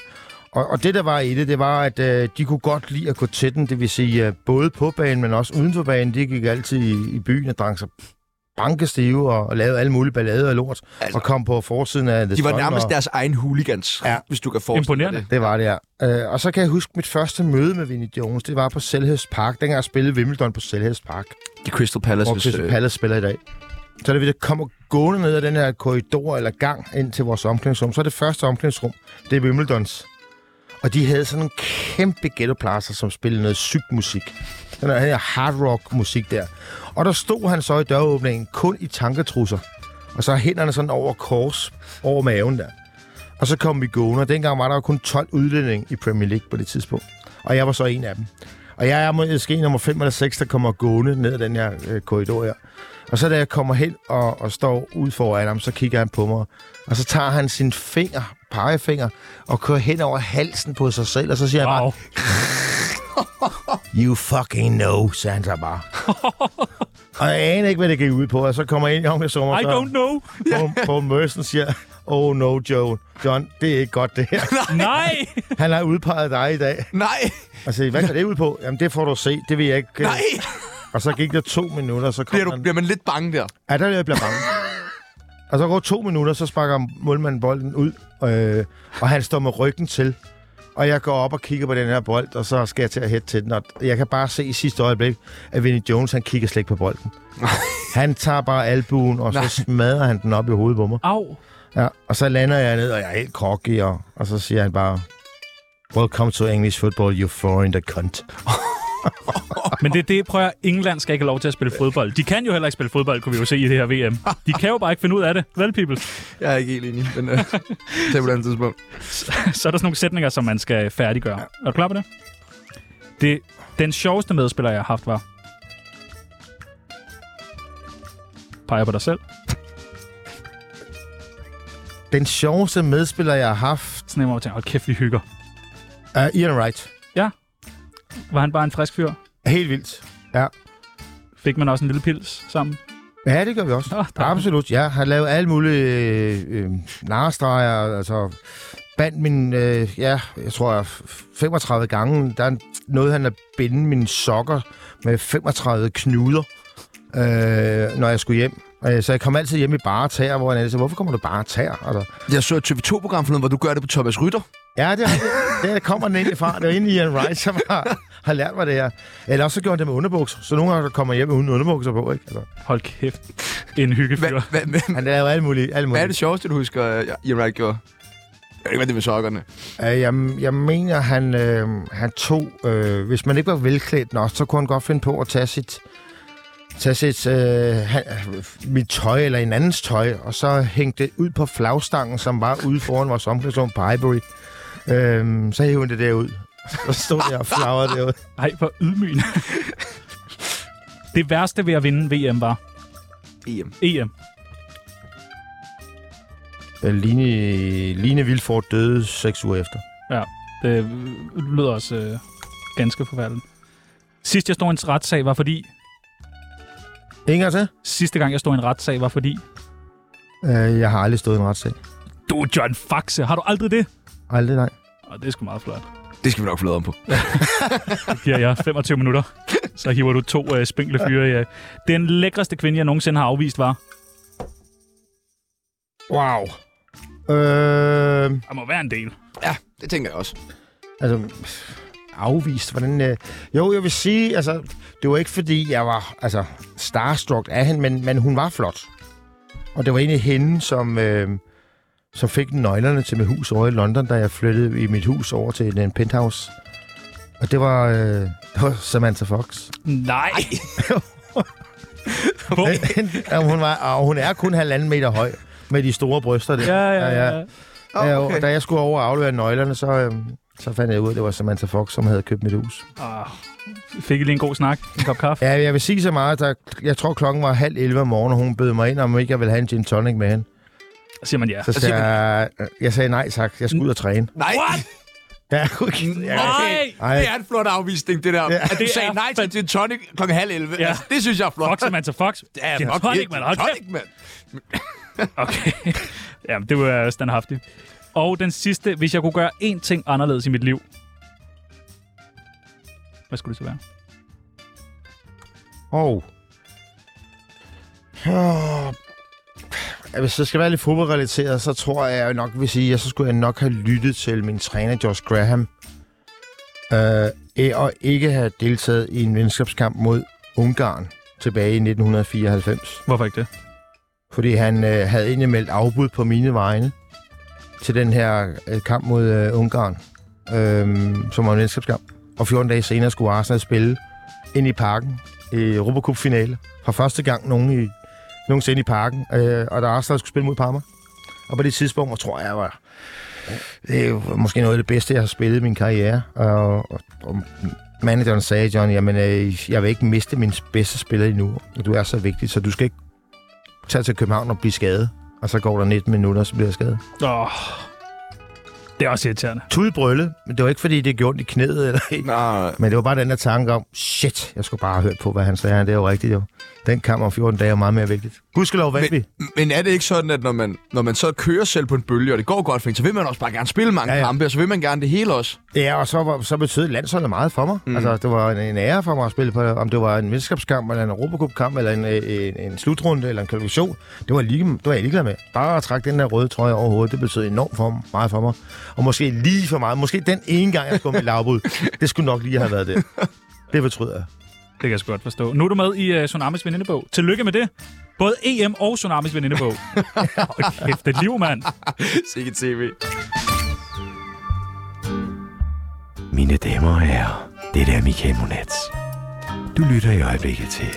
og, og det, der var i det, det var, at øh, de kunne godt lide at gå til den. Det vil sige, øh, både på banen, men også uden for banen. De gik altid i, i byen og drank sig bankestive og, og lavede alle mulige ballader og lort. Altså, Altså, og kom på forsiden af The De var Sun nærmest og, deres egen hooligans, Ja. ja. hvis du kan forestille dig Imponerende. det. det var det, ja. Øh, og så kan jeg huske mit første møde med Vinnie Jones. Det var på Selhurst Park. Dengang jeg spillede Wimbledon på Selhurst Park, De Crystal Palace. øh, hvor Crystal Palace spiller i dag. Så da vi kommer gående ned ad den her korridor eller gang ind til vores omklædningsrum, så er det første omklædningsrum, det er Wimbledons. Og de havde sådan nogle kæmpe ghettoplaster, som spillede noget syg musik. Den her- den her hard rock musik der. Og der stod han så i døråbningen kun i tanketrusser. Og så hænderne sådan over kors, over maven der. Og så kom vi gående, og dengang var der jo kun 12 udlændinge i Premier League på det tidspunkt. Og jeg var så en af dem. Og jeg er måske nummer 5 eller 6, der kommer gående ned ad den her øh, korridor her. Og så da jeg kommer hen og, og står ud foran ham, så kigger han på mig. Og så tager han sin finger, pegefinger, og kører hen over halsen på sig selv. Og så siger wow. han Wow. bare, You fucking know, sagde han så bare. og jeg aner ikke, hvad det gik ud på. Og så kommer jeg ind i omklædningsrummet, I og så don't know. Paul, Paul Merson siger, Oh no, Joe. John, det er ikke godt, det her. Nej. Han har udpeget dig i dag. Nej, Og så, hvad går det ud på? Jamen, det får du at se. Det vil jeg ikke. øh." nej. Og så gik der to minutter, og så kom Bliver, du, han... bliver man lidt bange der? Ja, der er jeg bliver bange. og så går to minutter, så sparker målmanden bolden ud, øh, og han står med ryggen til. Og jeg går op og kigger på den her bold, og så skal jeg til at hætte til den. Og jeg kan bare se i sidste øjeblik, at Vinnie Jones, han kigger slet ikke på bolden. han tager bare albuen, og så Nej. smadrer han den op i hovedet på mig. Au! Ja, og så lander jeg ned, og jeg er helt cocky, og, og så siger han bare, Welcome to English football, you foreigner cunt. Men det er det, prøver England skal ikke have lov til at spille fodbold. De kan jo heller ikke spille fodbold, kunne vi jo se i det her VM. De kan jo bare ikke finde ud af det. Vel, people? Jeg er ikke helt enig, men øh, det er på et andet tidspunkt. Så er der sådan nogle sætninger, som man skal færdiggøre. Er du klar på det? det den sjoveste medspiller, jeg har haft, var... Peger på dig selv. Den sjoveste medspiller, jeg har haft, Sådan en, hvor man tænker, hold kæft, vi hygger. er Ian Wright. Var han bare en frisk fyr? Helt vildt. Fik man også en lille pils sammen? Ja, det gør vi også. Nå, der- Absolut, ja. Har lavet alle mulige øh, øh, narestreger, altså bandt min, øh, ja, jeg tror f- 35 gange, der er noget, han at binde mine sokker med 35 knuder, øh, når jeg skulle hjem. Øh, Så jeg kom altid hjem i bare tæer, hvor han altid sagde, hvorfor kommer du bare tæer? Altså, Jeg så et TV2-program forleden, hvor du gør det på Thomas Rytter. Ja, det, er, det, det kommer den egentlig fra. Det er egentlig Ian Wright, som har, har lært mig det her. Eller også så gjorde han det med underbukser. Så nogle gange kommer hjem uden underbukser på, ikke? Altså, Hold kæft, en Hvad, hyggefyr. hvad, hvad, han laver alt muligt. Alt hvad er muligt. det sjoveste, du husker, øh, Ian Wright gjorde? Jeg ved ikke, hvad det er med sokkerne. Øh, jeg, jeg mener, han, øh, han tog... Øh, hvis man ikke var velklædt nok, så kunne han godt finde på at tage sit... Tage sit, øh, han, mit tøj eller en andens tøj, og så hængte det ud på flagstangen, som var ude foran vores omklædningsrum på Highbury. Øh, så hævde han det derud. Så stod jeg og flagrede derud. Ej, hvor ydmygende. det værste ved at vinde VM var E EM. EM. Øh, Line, Line Vilfort døde seks uger efter. Det lyder også øh, ganske forfærdeligt. Sidst jeg stod i en retssag var fordi... Ingen gang til? Sidste gang jeg stod i en retssag var fordi... Øh, jeg har aldrig stået i en retssag. Du, John Faxe, har du aldrig det? Aldrig, nej. Og det er sgu meget flot. Det skal vi nok få lavet om på. Det giver jeg 25 minutter. Så hiver du to øh, spinkle fyre i. Øh. Den lækreste kvinde, jeg nogensinde har afvist, var... Wow. Øh, Der må være en del. Ja, det tænker jeg også. altså, afvist. Hvordan, øh... Jo, jeg vil sige, altså, det var ikke fordi, jeg var altså, starstruck af hende, men, men hun var flot. Og det var egentlig hende, som, øh, som fik nøglerne til mit hus over i London, da jeg flyttede i mit hus over til en penthouse. Og det var, øh, det var Samantha Fox. Nej! Hvor? ja, hun, var, og hun er kun halvanden meter høj med de store bryster der. Ja, ja, ja. ja. Okay. Da jeg skulle over og aflevere nøglerne, så, øhm, så fandt jeg ud af, at det var Samantha Fox, som havde købt mit hus. Ah, fik I lige en god snak? En kop kaffe? Ja, jeg vil sige så meget, at jeg tror klokken var halv 11 om morgenen, og hun bød mig ind, om ikke jeg ville have en gin tonic med hende. Så siger man ja. Så sagde Altså, jeg, "Øh, jeg sagde nej tak, jeg skulle ud og træne. Nej, What? Ja, jeg kunne ikke- jeg- nej. Ej. det er en flot afvisning, det der. Ja. At du Det er sagde nej til gin tonic kl. halv 11. Ja. Ja. Altså, det synes jeg er flot. Fox, man til Fox. Det er Gin fuck tonic, yeah, mand. Hold gin kæft. tonic, mand. Okay. Jamen, det var standhaftigt. Og den sidste, hvis jeg kunne gøre én ting anderledes i mit liv. Hvad skulle det så være? Og... Oh. Hvis det skal være lidt fodboldrelateret, så tror jeg jo nok vil sige, at så skulle jeg nok have lyttet til min træner, Josh Graham. Øh, og ikke have deltaget i en venskabskamp mod Ungarn tilbage i 1994. Hvorfor ikke det? Fordi han øh, havde egentlig meldt afbud på mine vegne til den her øh, kamp mod øh, Ungarn, øh, som var en venskabskamp. Og 14 dage senere skulle Arsenal spille ind i parken i Europa Cup finale for første gang nogen i, nogensinde i parken, øh, og da Arsenal skulle spille mod Parma. Og på det tidspunkt, hvor tror jeg, var det er jo måske noget af det bedste, jeg har spillet i min karriere. Og, og, og manageren sagde, John, jamen, øh, jeg vil ikke miste min bedste spiller endnu. Du er så vigtig, så du skal ikke tage til København og blive skadet. Og så går der 19 minutter, så bliver jeg skadet. Åh. Det er også irriterende. Tudbrølle, men det var ikke, fordi det gjorde ondt i knæet. Eller i. Nej. Men det var bare den der tanke om, shit, jeg skulle bare have hørt på, hvad han sagde. Det er jo rigtigt, jo. Den kamp om 14 dage er meget mere vigtigt. Gudskelov vandt vi. Men er det ikke sådan, at når man, når man så kører selv på en bølge, og det går godt for en, så vil man også bare gerne spille mange Ja, ja, ja. ja. kampe, og så vil man gerne det hele også. Ja, og så, var, så betød landsholdet meget for mig. Mm. Altså, det var en, en ære for mig at spille på, om det var en venskabskamp, eller en Europacup-kamp, eller en, øh, en, en, slutrunde, eller en kvalifikation. Det var, lige, det var jeg ligeglad med. Bare at trække den der røde trøje over hovedet, det betød enormt for, mig- meget for mig. og måske lige for meget. Måske den ene gang, jeg kom i lavbrud. Det skulle nok lige have været det. Det fortryder jeg. Det kan jeg sgu godt forstå. Nu er du med i uh, Tsunamis venindebog. Tillykke med det. Både EM og Tsunamis venindebog. Hold kæft, det er et liv, mand. Sikke tv. Mine damer og herrer, det er Michael Monats. Du lytter i øjeblikket til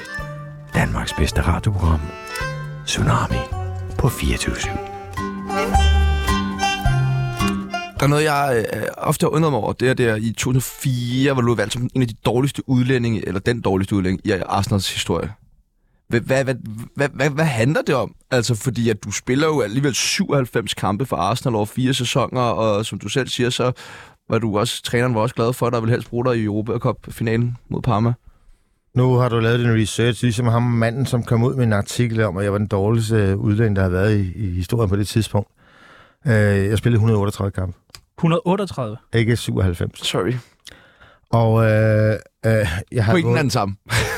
Danmarks bedste radioprogram, Tsunami på 24 Der er noget, jeg øh, ofte har undret mig over. Det er der i 2004, hvor du blev valgt som en af de dårligste udlændinge, eller den dårligste udlænding i Arsenals historie. Hvad, hvad, hvad, hvad, hvad, hvad handler det om? Altså, fordi at du spiller jo alligevel 97 kampe for Arsenal over fire sæsoner, og som du selv siger, så var du også, træneren var også glad for dig, og ville helst bruge dig i Europa Cup-finalen mod Parma. Nu har du lavet din research, ligesom ham manden, som kom ud med en artikel om, at jeg var den dårligste udlænding, der har været i, i historien på det tidspunkt. Øh, jeg spillede 138 kampe, 138. ikke 97. Sorry. Og øh, øh, jeg har Pointen er gået- den samme.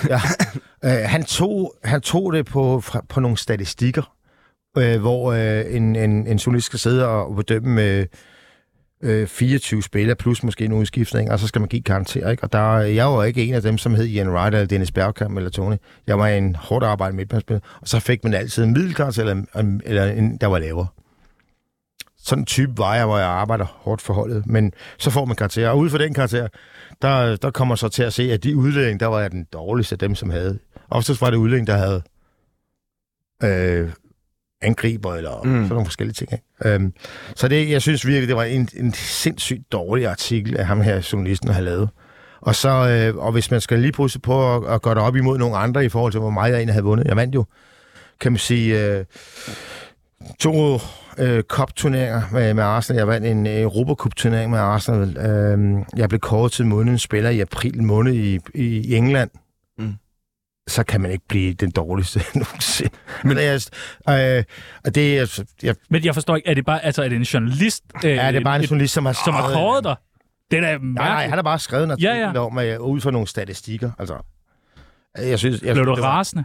ja. øh, han, tog, han tog det på, fra, på nogle statistikker, øh, hvor øh, en, en, en journalist skal sidde og bedømme øh, øh, 24 spillere, plus måske en udskiftning, og så skal man give karakter. Ikke? Og der, jeg var ikke en af dem, som hed Ian Wright, eller Dennis Bergkamp, eller Tony. Jeg var en hårdt arbejdende midtbanespiller, og så fik man altid en middelkarakter, eller, en- eller en, der var lavere. Sådan en type var jeg, hvor jeg arbejder hårdt for holdet. Men så får man karakterer, og ud fra den karakter, der, der kommer så til at se, at de udlændinge, der var jeg den dårligste af dem, som havde. Oftest var det udlændinge, der havde øh, angriber eller mm. Mm. sådan nogle forskellige ting. Ikke? Øhm, så det, jeg synes virkelig, det var en, en sindssygt dårlig artikel af ham her, journalisten, har lavet. Og, så, øh, og hvis man skal lige pusse på at, at gøre det op imod nogle andre i forhold til, hvor meget jeg egentlig havde vundet. Jeg vandt jo, kan man sige, øh, to øh, cup-turneringer med, med Arsenal. Jeg vandt en øh, Europacup-turnering med Arsenal. Øh, jeg blev kåret til månedens spiller i april måned i, i England. Mm. Mm. Så kan man ikke blive den dårligste nogensinde. Men altså, jeg, øh, og det er, jeg, Men jeg forstår ikke, er det bare, altså, er det en journalist? Øh, er det bare en et- journalist, som har Som har skrevet- kåret dig? Det er da Nej, nej, mærkeligt. han har bare skrevet en artikel Ja, ja, ja. ja. om, øh, ud fra nogle statistikker. Altså, jeg synes, jeg, Blev du det var- rasende?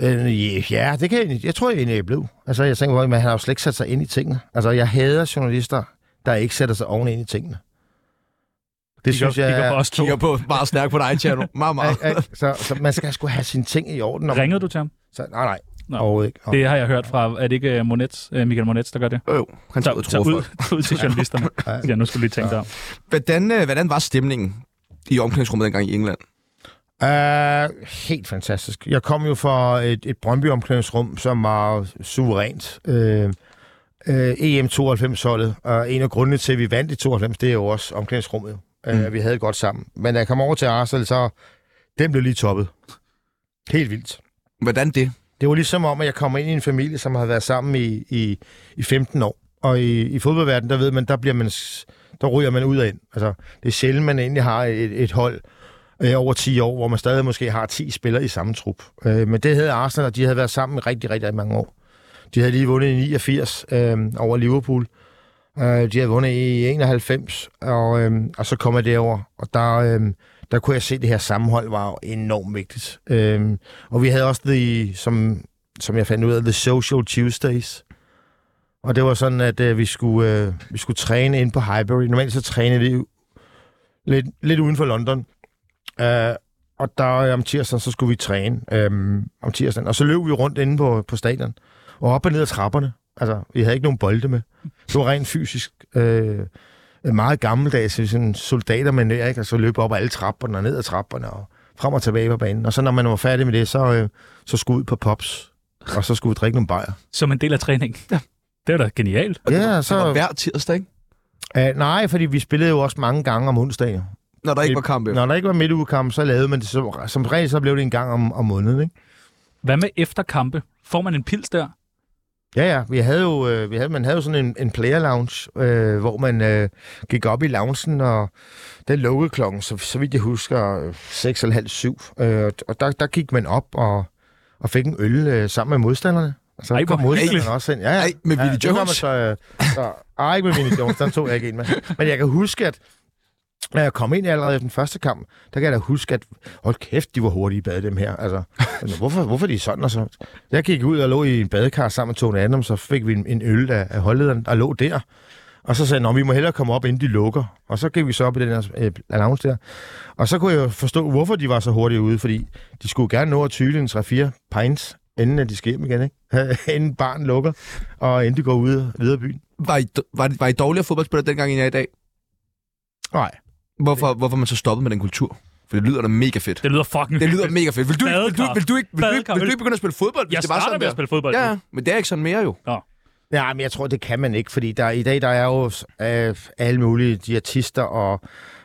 Øh, ja, ja, det kan jeg, egentlig- jeg tror jeg egentlig, jeg blev. Altså, jeg tænker, men han har jo slet ikke sat sig ind i tingene. Altså, jeg hader journalister, der ikke sætter sig oven ind i tingene. Det Det synes jeg... Kigger på er- os to. Kigger på meget stærkt på dig, Tjerno. Meget, meget. Ej, ej, så, så man skal sgu have sine ting i orden. Ringede du til ham? Så, nej, nej. Nå. Overhovedet ikke. Nå. Det har jeg hørt fra, er det ikke øh, Monets, øh, Michael Monets, der gør det? Øh, Jo, han Så, tager ud og så tror folk. ud, ud til journalisterne. Ja, nu skulle du lige tænke dig om. Hvordan, øh, hvordan var stemningen i omklædningsrummet dengang i England? Uh, helt fantastisk. Jeg kom jo fra et, et Brøndby-omklædningsrum, som var suverænt. Uh, uh, EM92-holdet, og en af grundene til, at vi vandt i 92, det er jo også omklædningsrummet. Uh, mm. Vi havde det godt sammen. Men da jeg kom over til Arsenal, så den blev lige toppet. Helt vildt. Hvordan det? Det var ligesom om, at jeg kom ind i en familie, som har været sammen i, i, i 15 år. Og i, i fodboldverdenen, der ved man, der, bliver man, s- der ryger man ud og ind. Altså, det er sjældent, man egentlig har et, et hold øh, over 10 år, hvor man stadig måske har 10 spillere i samme trup. Øh, men det havde Arsenal, og de havde været sammen i rigtig, rigtig mange år. De havde lige vundet i 89 øh, over Liverpool. Øh, de havde vundet i 91, og, øh, og så kom jeg derover, og der, øh, der kunne jeg se, at det her sammenhold var jo enormt vigtigt. Øh, og vi havde også det, som, som jeg fandt ud af, The Social Tuesdays. Og det var sådan, at øh, vi, skulle, øh, vi skulle træne ind på Highbury. Normalt så trænede vi u- lidt, lidt uden for London. Øh, og der øh, om tirsdagen, så skulle vi træne øh, om tirsdagen. Og så løb vi rundt inde på, på stadion. Og op og ned ad trapperne. Altså, vi havde ikke nogen bolde med. Det var rent fysisk. Øh, meget gammeldags, sådan soldater man ikke? Og så løb op ad alle trapperne og ned ad trapperne. Og, frem og tilbage på banen. Og så når man var færdig med det, så, øh, så skulle ud på pops, og så skulle vi drikke nogle bajer. Som en del af træningen. Det er da genialt. Og det var- Ja, Det var så... hver tirsdag, ikke? Øh, nej, fordi vi spillede jo også mange gange om onsdagen. Når der ikke Det- var kamp efter. Når der ikke var midtugekamp, så lavede man det. Så, som regel, så blev det en gang om, om måneden, ikke? Hvad med efterkampe? Får man en pils der? Ja, ja. Vi havde jo, øh, vi havde, man havde jo sådan en, en player lounge, øh, hvor man øh, gik op i loungen, og den lukkede klokken, så, så vidt jeg husker, øh, seks eller halv syv. Øh, og der, der gik man op og, og fik en øl øh, sammen med modstanderne. Og så Ej, Ej, hvor kom modstanderne hyggeligt. også ind. Ja, ja. Ej, med Vinnie det gør Jones? Man så, øh, så, ej, ikke med Vinnie Jones, den tog jeg ikke ind med. Men jeg kan huske, at når jeg kom ind allerede efter den første kamp, der kan jeg da huske, at hold kæft, de var hurtige i bad, dem her. Altså, men hvorfor, hvorfor er de sådan altså? og så? Jeg gik ud og lå i en badekar sammen med Tone Adam, så fik vi en, en øl af, af holdlederen, og lå der. Og så sagde han, "Nå, vi må hellere komme op, inden de lukker. Og så gik vi så op i den her øh, annonce der. Og så kunne jeg jo forstå, hvorfor de var så hurtigt ude, fordi de skulle gerne nå at tyle en 3-4 pints, inden at de skal hjem igen, ikke? inden barn lukker, og inden de går ud videre i byen. Var I, var, var I dårligere fodboldspillere dengang, end jeg er i dag? Nej. Hvorfor, hvorfor er man så stoppet med den kultur? For det lyder da mega fedt. Det lyder fucking Det lyder mega fedt. Vil du, ikke- vil du, Badekar. vil du, ikke, vil du, ikke, Badekar. vil du ikke begynde at spille fodbold, hvis Jeg det var starter sådan med at der? spille fodbold. Ja, nu. ja, men det er ikke sådan mere jo. Ja, men jeg tror, det kan man ikke, fordi der, i dag der er jo øh, alle mulige de artister, og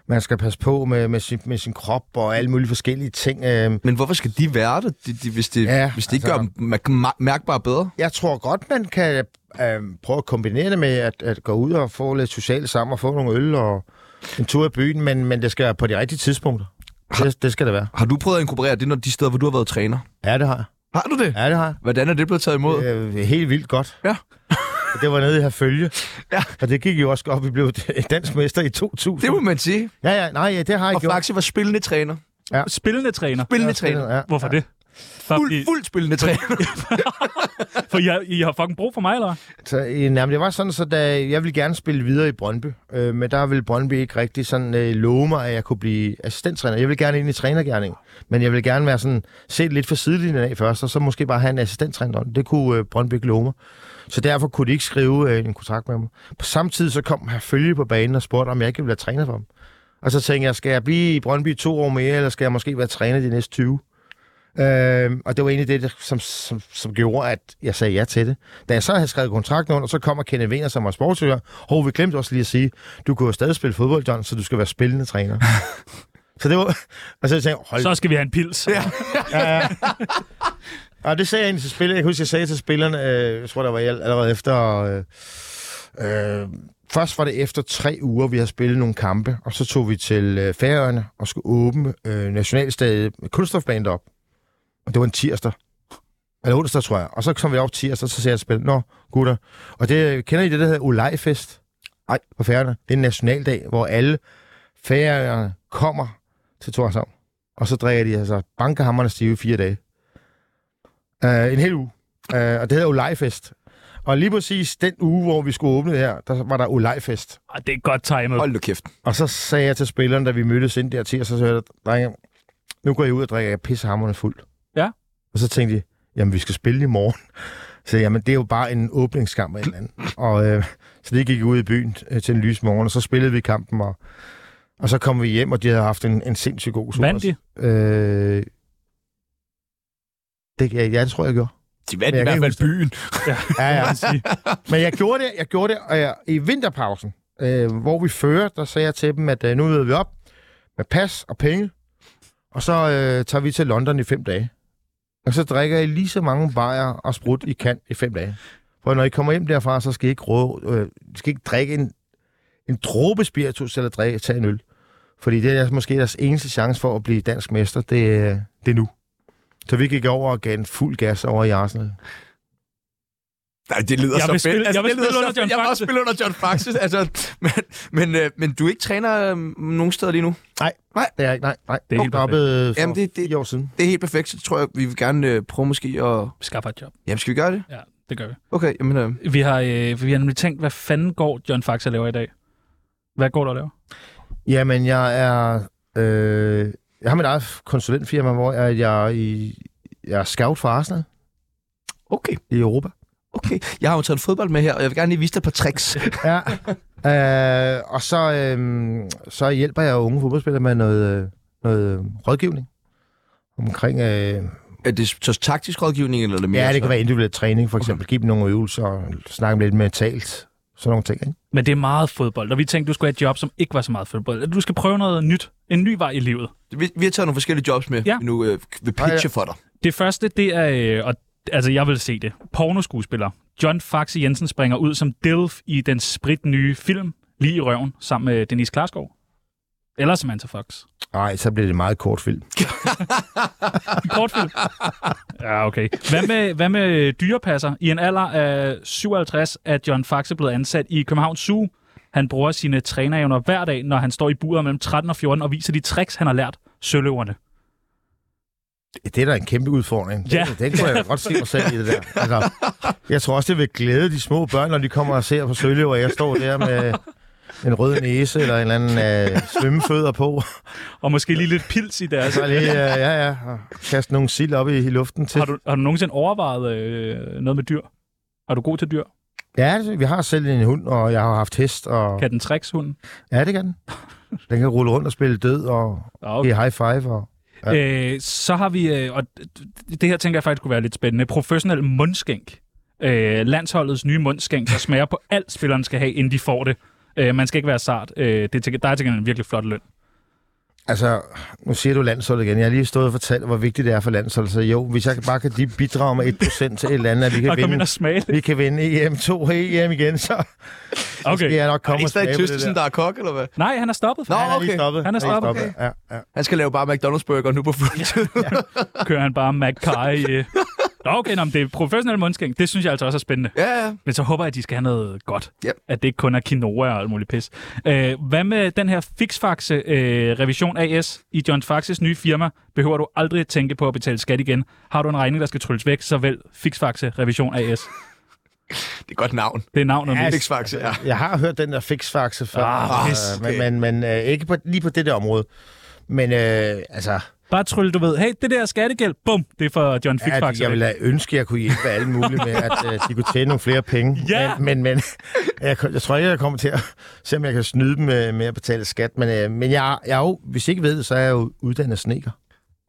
man skal passe på med, med, sin, med sin krop og alle mulige forskellige ting. Øh, Men hvorfor skal de være det, de, de, hvis det, Ja, ja, hvis det ikke altså- altså, gør dem mær- mær- mærkbart bedre? jeg tror godt, man kan øh, prøve at kombinere det med at, at gå ud og få lidt socialt sammen og få nogle øl og en tur i byen, men, men det skal være på de rigtige tidspunkter. Det, det skal det være. Har du prøvet at inkorporere det, når de steder, hvor du har været træner? Ja, det har jeg. Har du det? Ja, det har jeg. Hvordan er det blevet taget imod? Øh, helt vildt godt. Ja. det var nede i Herfølge. Ja. Og det gik jo også godt. Vi blev dansk mester i 2000. Det må man sige. Ja, ja, nej, ja, det har jeg Og gjort. Faxe var spillende træner. Spillende træner. Spillende træner. Ja. Hvorfor det? For, Fuld, I, fuld spillende træner. for I, har, I har fucking brug for mig, eller hvad? Så, øh, nej, men det var sådan, så da, jeg ville gerne spille videre i Brøndby, øh, men der ville Brøndby ikke rigtig sådan, øh, love mig, at jeg kunne blive assistenttræner. Jeg ville gerne ind i trænergærningen, men jeg ville gerne være sådan, set lidt for sidelinjen af først, og så måske bare have en assistenttræner. Det kunne øh, Brøndby ikke love mig. Så derfor kunne de ikke skrive øh, en kontrakt med mig. På samtidig så kom her følge på banen og spurgte, om jeg ikke ville være træner for dem. Og så tænkte jeg, skal jeg blive i Brøndby i to år mere, eller skal jeg måske være træner de næste 20? Øh, og det var egentlig det, der- som, som, som gjorde, at jeg sagde ja til det. Da jeg så havde skrevet kontrakten under, så kommer Kenneth Wiener, som var sportsøger. Hov, vi glemte også lige at sige, du kunne jo stadig spille fodbold, John, så du skal være spillende træner. så det var... Og så tænkte jeg, hold Så skal vi have en pils. Ja. og det sagde jeg egentlig til spillerne. Jeg kan huske, jeg sagde til spillerne, øh, jeg tror, der var al- allerede efter... Øh, øh, først var det efter tre uger, vi havde spillet nogle kampe, og så tog vi til øh, Færøerne og skulle åbne øh, Nationalstadiet med kunststofbanen op. Og det var en tirsdag. Eller onsdag, tror jeg. Og så kom vi op tirsdag, så sagde jeg til spillerne, Nå, gutter. Og det, kender I det, der hedder Olejfest? Nej, på Færøerne. Det er en nationaldag, hvor alle færøerne kommer til Torshavn. Og så drikker de altså bankehammerne stive i fire dage. Uh, en hel uge. Uh, og det hedder Olejfest. Og lige præcis den uge, hvor vi skulle åbne det her, der var der Olejfest. Ej, Det er godt timet. Hold nu kæft. Og så sagde jeg til spilleren, da vi mødtes ind der til, og så sagde jeg, drenge, nu går jeg ud og drikker, jeg pisser hammerne fuld. Ja. Og så tænkte de, jamen vi skal spille i morgen. Så jamen det er jo bare en åbningskamp af en eller anden. Og øh, så det gik ud i byen øh, til en lys morgen, og så spillede vi kampen, og, og så kom vi hjem, og de havde haft en, en sindssygt god super. Vandt de? Øh, det, ja, det tror jeg, jeg gjorde. De vandt Men jeg i kan hvert ikke fald byen. Ja, ja. Men jeg gjorde det, jeg gjorde det, og jeg, i vinterpausen, øh, hvor vi fører, der sagde jeg til dem, at øh, nu møder vi op med pas og penge, og så øh, tager vi til London i fem dage. Og så drikker I lige så mange bajer og sprut, I kan i fem dage. For når I kommer hjem derfra, så skal I ikke, råde, øh, I skal ikke drikke en, en dråbe spiritus eller drikke, tage en øl. Fordi det er måske deres eneste chance for at blive dansk mester, det, øh, det er nu. Så vi gik over og gav en fuld gas over i Arsenal. Nej, det lyder Jeg så vil fedt. Altså, spille- jeg vil det lyder spille så under John fedt. Jeg vil også Faxe. spille under John Faxe. altså, men, men, øh, men du er ikke træner øh, nogen steder lige nu? Det er ikke, nej, nej. Det er helt stoppet for Jamen, det- det- fire år siden. Det er helt perfekt, så tror jeg, vi vil gerne øh, prøve måske at... Skaffer et job. Jamen, skal vi gøre det? Ja, det gør vi. Okay, jamen... Øh, Vi har, øh, vi har nemlig tænkt, hvad fanden går John Faxe og laver i dag? Hvad går der og laver? Jamen, jeg er... Øh, jeg har mit eget konsulentfirma, hvor jeg, jeg, er, i, jeg er scout for Arsenal øh, okay, i Europa. okay. Jeg har jo taget en fodbold med her, og jeg vil gerne lige vise dig et par tricks. Ja. øh, og så, øh, så hjælper jeg unge fodboldspillere med noget, øh, noget øh, rådgivning omkring... Øh, er det så taktisk rådgivning, eller er det mere? ja, det så- kan være individuel træning, for eksempel. Give dem nogle øvelser, og snakke med lidt mentalt, sådan nogle ting. Ikke? Men det er meget fodbold, og vi tænkte, du skulle have et job, som ikke var så meget fodbold. Du skal prøve noget nyt. En ny vej i livet. Vi, vi har taget nogle forskellige jobs med, Ja. ja. vi nu øh, vil Ja, ja. pitche for dig. Det første, det er, øh, og, altså jeg vil se det, pornoskuespiller. John Faxe Jensen springer ud som Dilf i den spritnye film, lige i røven, sammen med Denise Klarskov. Eller Samantha Fox. Nej, så bliver det meget kort film. En kortfilm. Ja, okay. Hvad med, hvad med dyrepasser? I en alder af 57 er John Faxe blevet ansat i Københavns Zoo. Han bruger sine trænerevner hver dag, når han står i buret mellem 13 og 14 og viser de tricks, han har lært søløverne. Det er da en kæmpe udfordring. Ja. Den, den kunne jeg da godt se mig selv i det der. Altså, jeg tror også, det vil glæde de små børn, når de kommer og ser på Sølje, hvor jeg står der med en rød næse eller en eller anden øh, svømmefødder på. Og måske lige lidt pils i deres... Så lige, øh, ja, ja, og kaste nogle sild op i, i luften til. Har du, har du nogensinde overvejet øh, noget med dyr? Er du god til dyr? Ja, det- vi har selv en hund, og jeg har haft hest. Og... Kan den trækkes hunden? Ja, det kan den. Den kan rulle rundt og spille død og Okay. give high five. Og... Øh, så har vi, øh, og d- det her tænker jeg faktisk kunne være lidt spændende, professionel mundskænk. Øh, landsholdets nye mundskænk, der smager på alt, spilleren skal have, inden de får det. Øh, man skal ikke være sart. Øh, det er, til- der er til gengæld en virkelig flot løn. Altså, nu siger du landsholdet igen. Jeg har lige stået og fortalt, hvor vigtigt det er for landsholdet. Så jo, hvis jeg bare kan de bidrage med 1% til et eller andet, at vi Og kom kan, ind vinde, og smage det. vi kan vinde E EM2 og EM igen, så Okay. skal jeg nok komme Kommer og er stadig smage på det der. Tyskesen, der er kok, eller hvad? Nej, han er stoppet. Nå, Han er lige- okay. Stoppet. Han er Helt stoppet. Ja, ja. Han skal lave bare McDonald's-burger nu på fuld tid. Kører han bare McKay. Øh. Nå, okay, nå, men det er professionel mundskænk. Det synes jeg altså også er spændende. ja, ja. Men så håber jeg, at de skal have noget godt. Ja. At det ikke kun er quinoa og alt muligt pis. Øh, hvad med den her Fixfaxe øh, Revision AS i John Faxes nye firma? Behøver du aldrig tænke på at betale skat igen. Har du en regning, der skal trylles væk, så vælg Fixfaxe Revision AS. Det er et godt navn. Det er navnet ja, Felix Faxe, ja. Jeg har hørt den der fixfaxe før, Ah, øh, pis. men, men, men øh, ikke på, lige på det der område. Men øh, altså, Bare trylle, du ved. Hey, det der skattegæld, bum, det er for John at Fixfaxe. jeg ville Ja, have ønsket, at jeg kunne hjælpe alle mulige med, at øh, de kunne tjene nogle flere penge. Ja! Men, men, men jeg, jeg tror ikke, jeg kommer til at se, om jeg kan snyde dem øh, med, med at betale skat. Men, øh, men jeg, jeg er jo, hvis I ikke ved det, så er jeg jo uddannet sneker.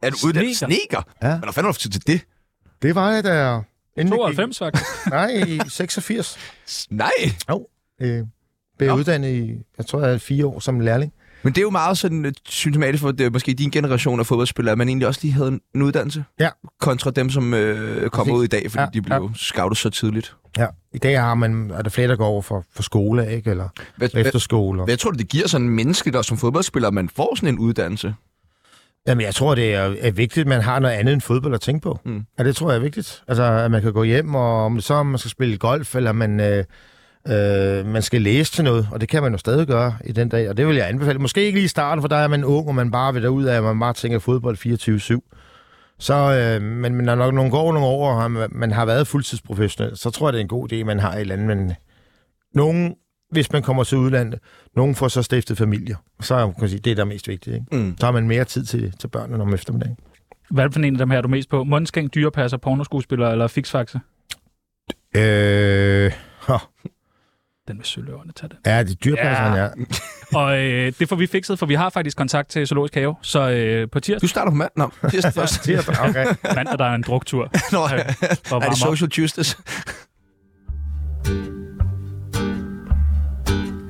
Er du uddannet sneker? Ja. Men der fanden har du tid til det? Det var jeg, da jeg... inden jeg gik- 92 faktisk. Nej, i 86. Nej. Øh, blev jeg uddannet i, jeg tror, jeg havde fire år som lærling. Men det er jo meget sådan øh, symptomatisk for, at det er måske din generation af fodboldspillere, at man egentlig også lige havde en, en uddannelse. Ja. Kontra dem, som øh, kommer Præcis. ud i dag, fordi Ja, ja, de blev ja. scoutet så tidligt. Ja. I dag har man, er der flere, der går over for, for skole, ikke? Eller Hvad, hvad, efterskole. og- hvad tror du, det giver sådan en menneske, der som fodboldspiller, at man får sådan en uddannelse? Jamen, jeg tror, det er, er vigtigt, at man har noget andet end fodbold at tænke på. Mm. Mm. Ja, det tror jeg er vigtigt. Altså, at man kan gå hjem, og om det så om man skal spille golf, eller man, øh, øh, man skal læse til noget, og det kan man jo stadig gøre i den dag, og det vil jeg anbefale. Måske ikke lige i starten, for der er man ung, og man bare vil derud af, at man bare tænker fodbold 24-7. Så, øh, men, men når nok nogle går nogle år, og man- man har været fuldtidsprofessionel, så tror jeg, det er en god idé, at man har et eller andet. Men nogen, hvis man kommer til udlandet, nogen får så stiftet familier. Så kan man sige, det er der er mest vigtigt, ikke? Mm. Så har man mere tid til, til børnene om eftermiddagen. Hvad for en af dem her er du mest på? Mundskænk, dyrepasser, pornoskuespiller eller Fixfaxe? Øh, hå, Den med sølvøverne, tag den. ja, det er dyrpasseren, Ja. ja. ja. Og øh, det får vi fikset, for vi har faktisk kontakt til Zoologisk Have. Så øh, på tirsdag, Du starter på mand. Nå, tirsdag først. Det er- Okay. mandag, der er en druktur. Nå, Ja, Og er det varme op. social justice?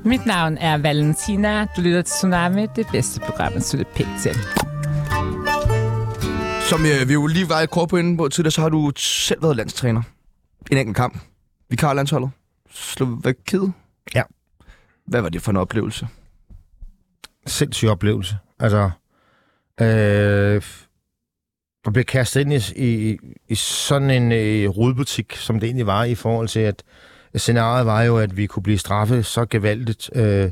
Mit navn er Valentina. Du lytter til Tsunami, det bedste program, at slutte pænt til. Som øh, vi jo lige var i kort på inden på tidligere, så har du selv været landstræner. En enkelt kamp. Vi kan landsholdet. Slovakiet. Ja. Hvad var det for en oplevelse? Sindssyg oplevelse. Altså, øh, at blive kastet ind i, i, i sådan en øh, rodbutik, som det egentlig var, i forhold til, at scenariet var jo, at vi kunne blive straffet så gevaldigt, øh,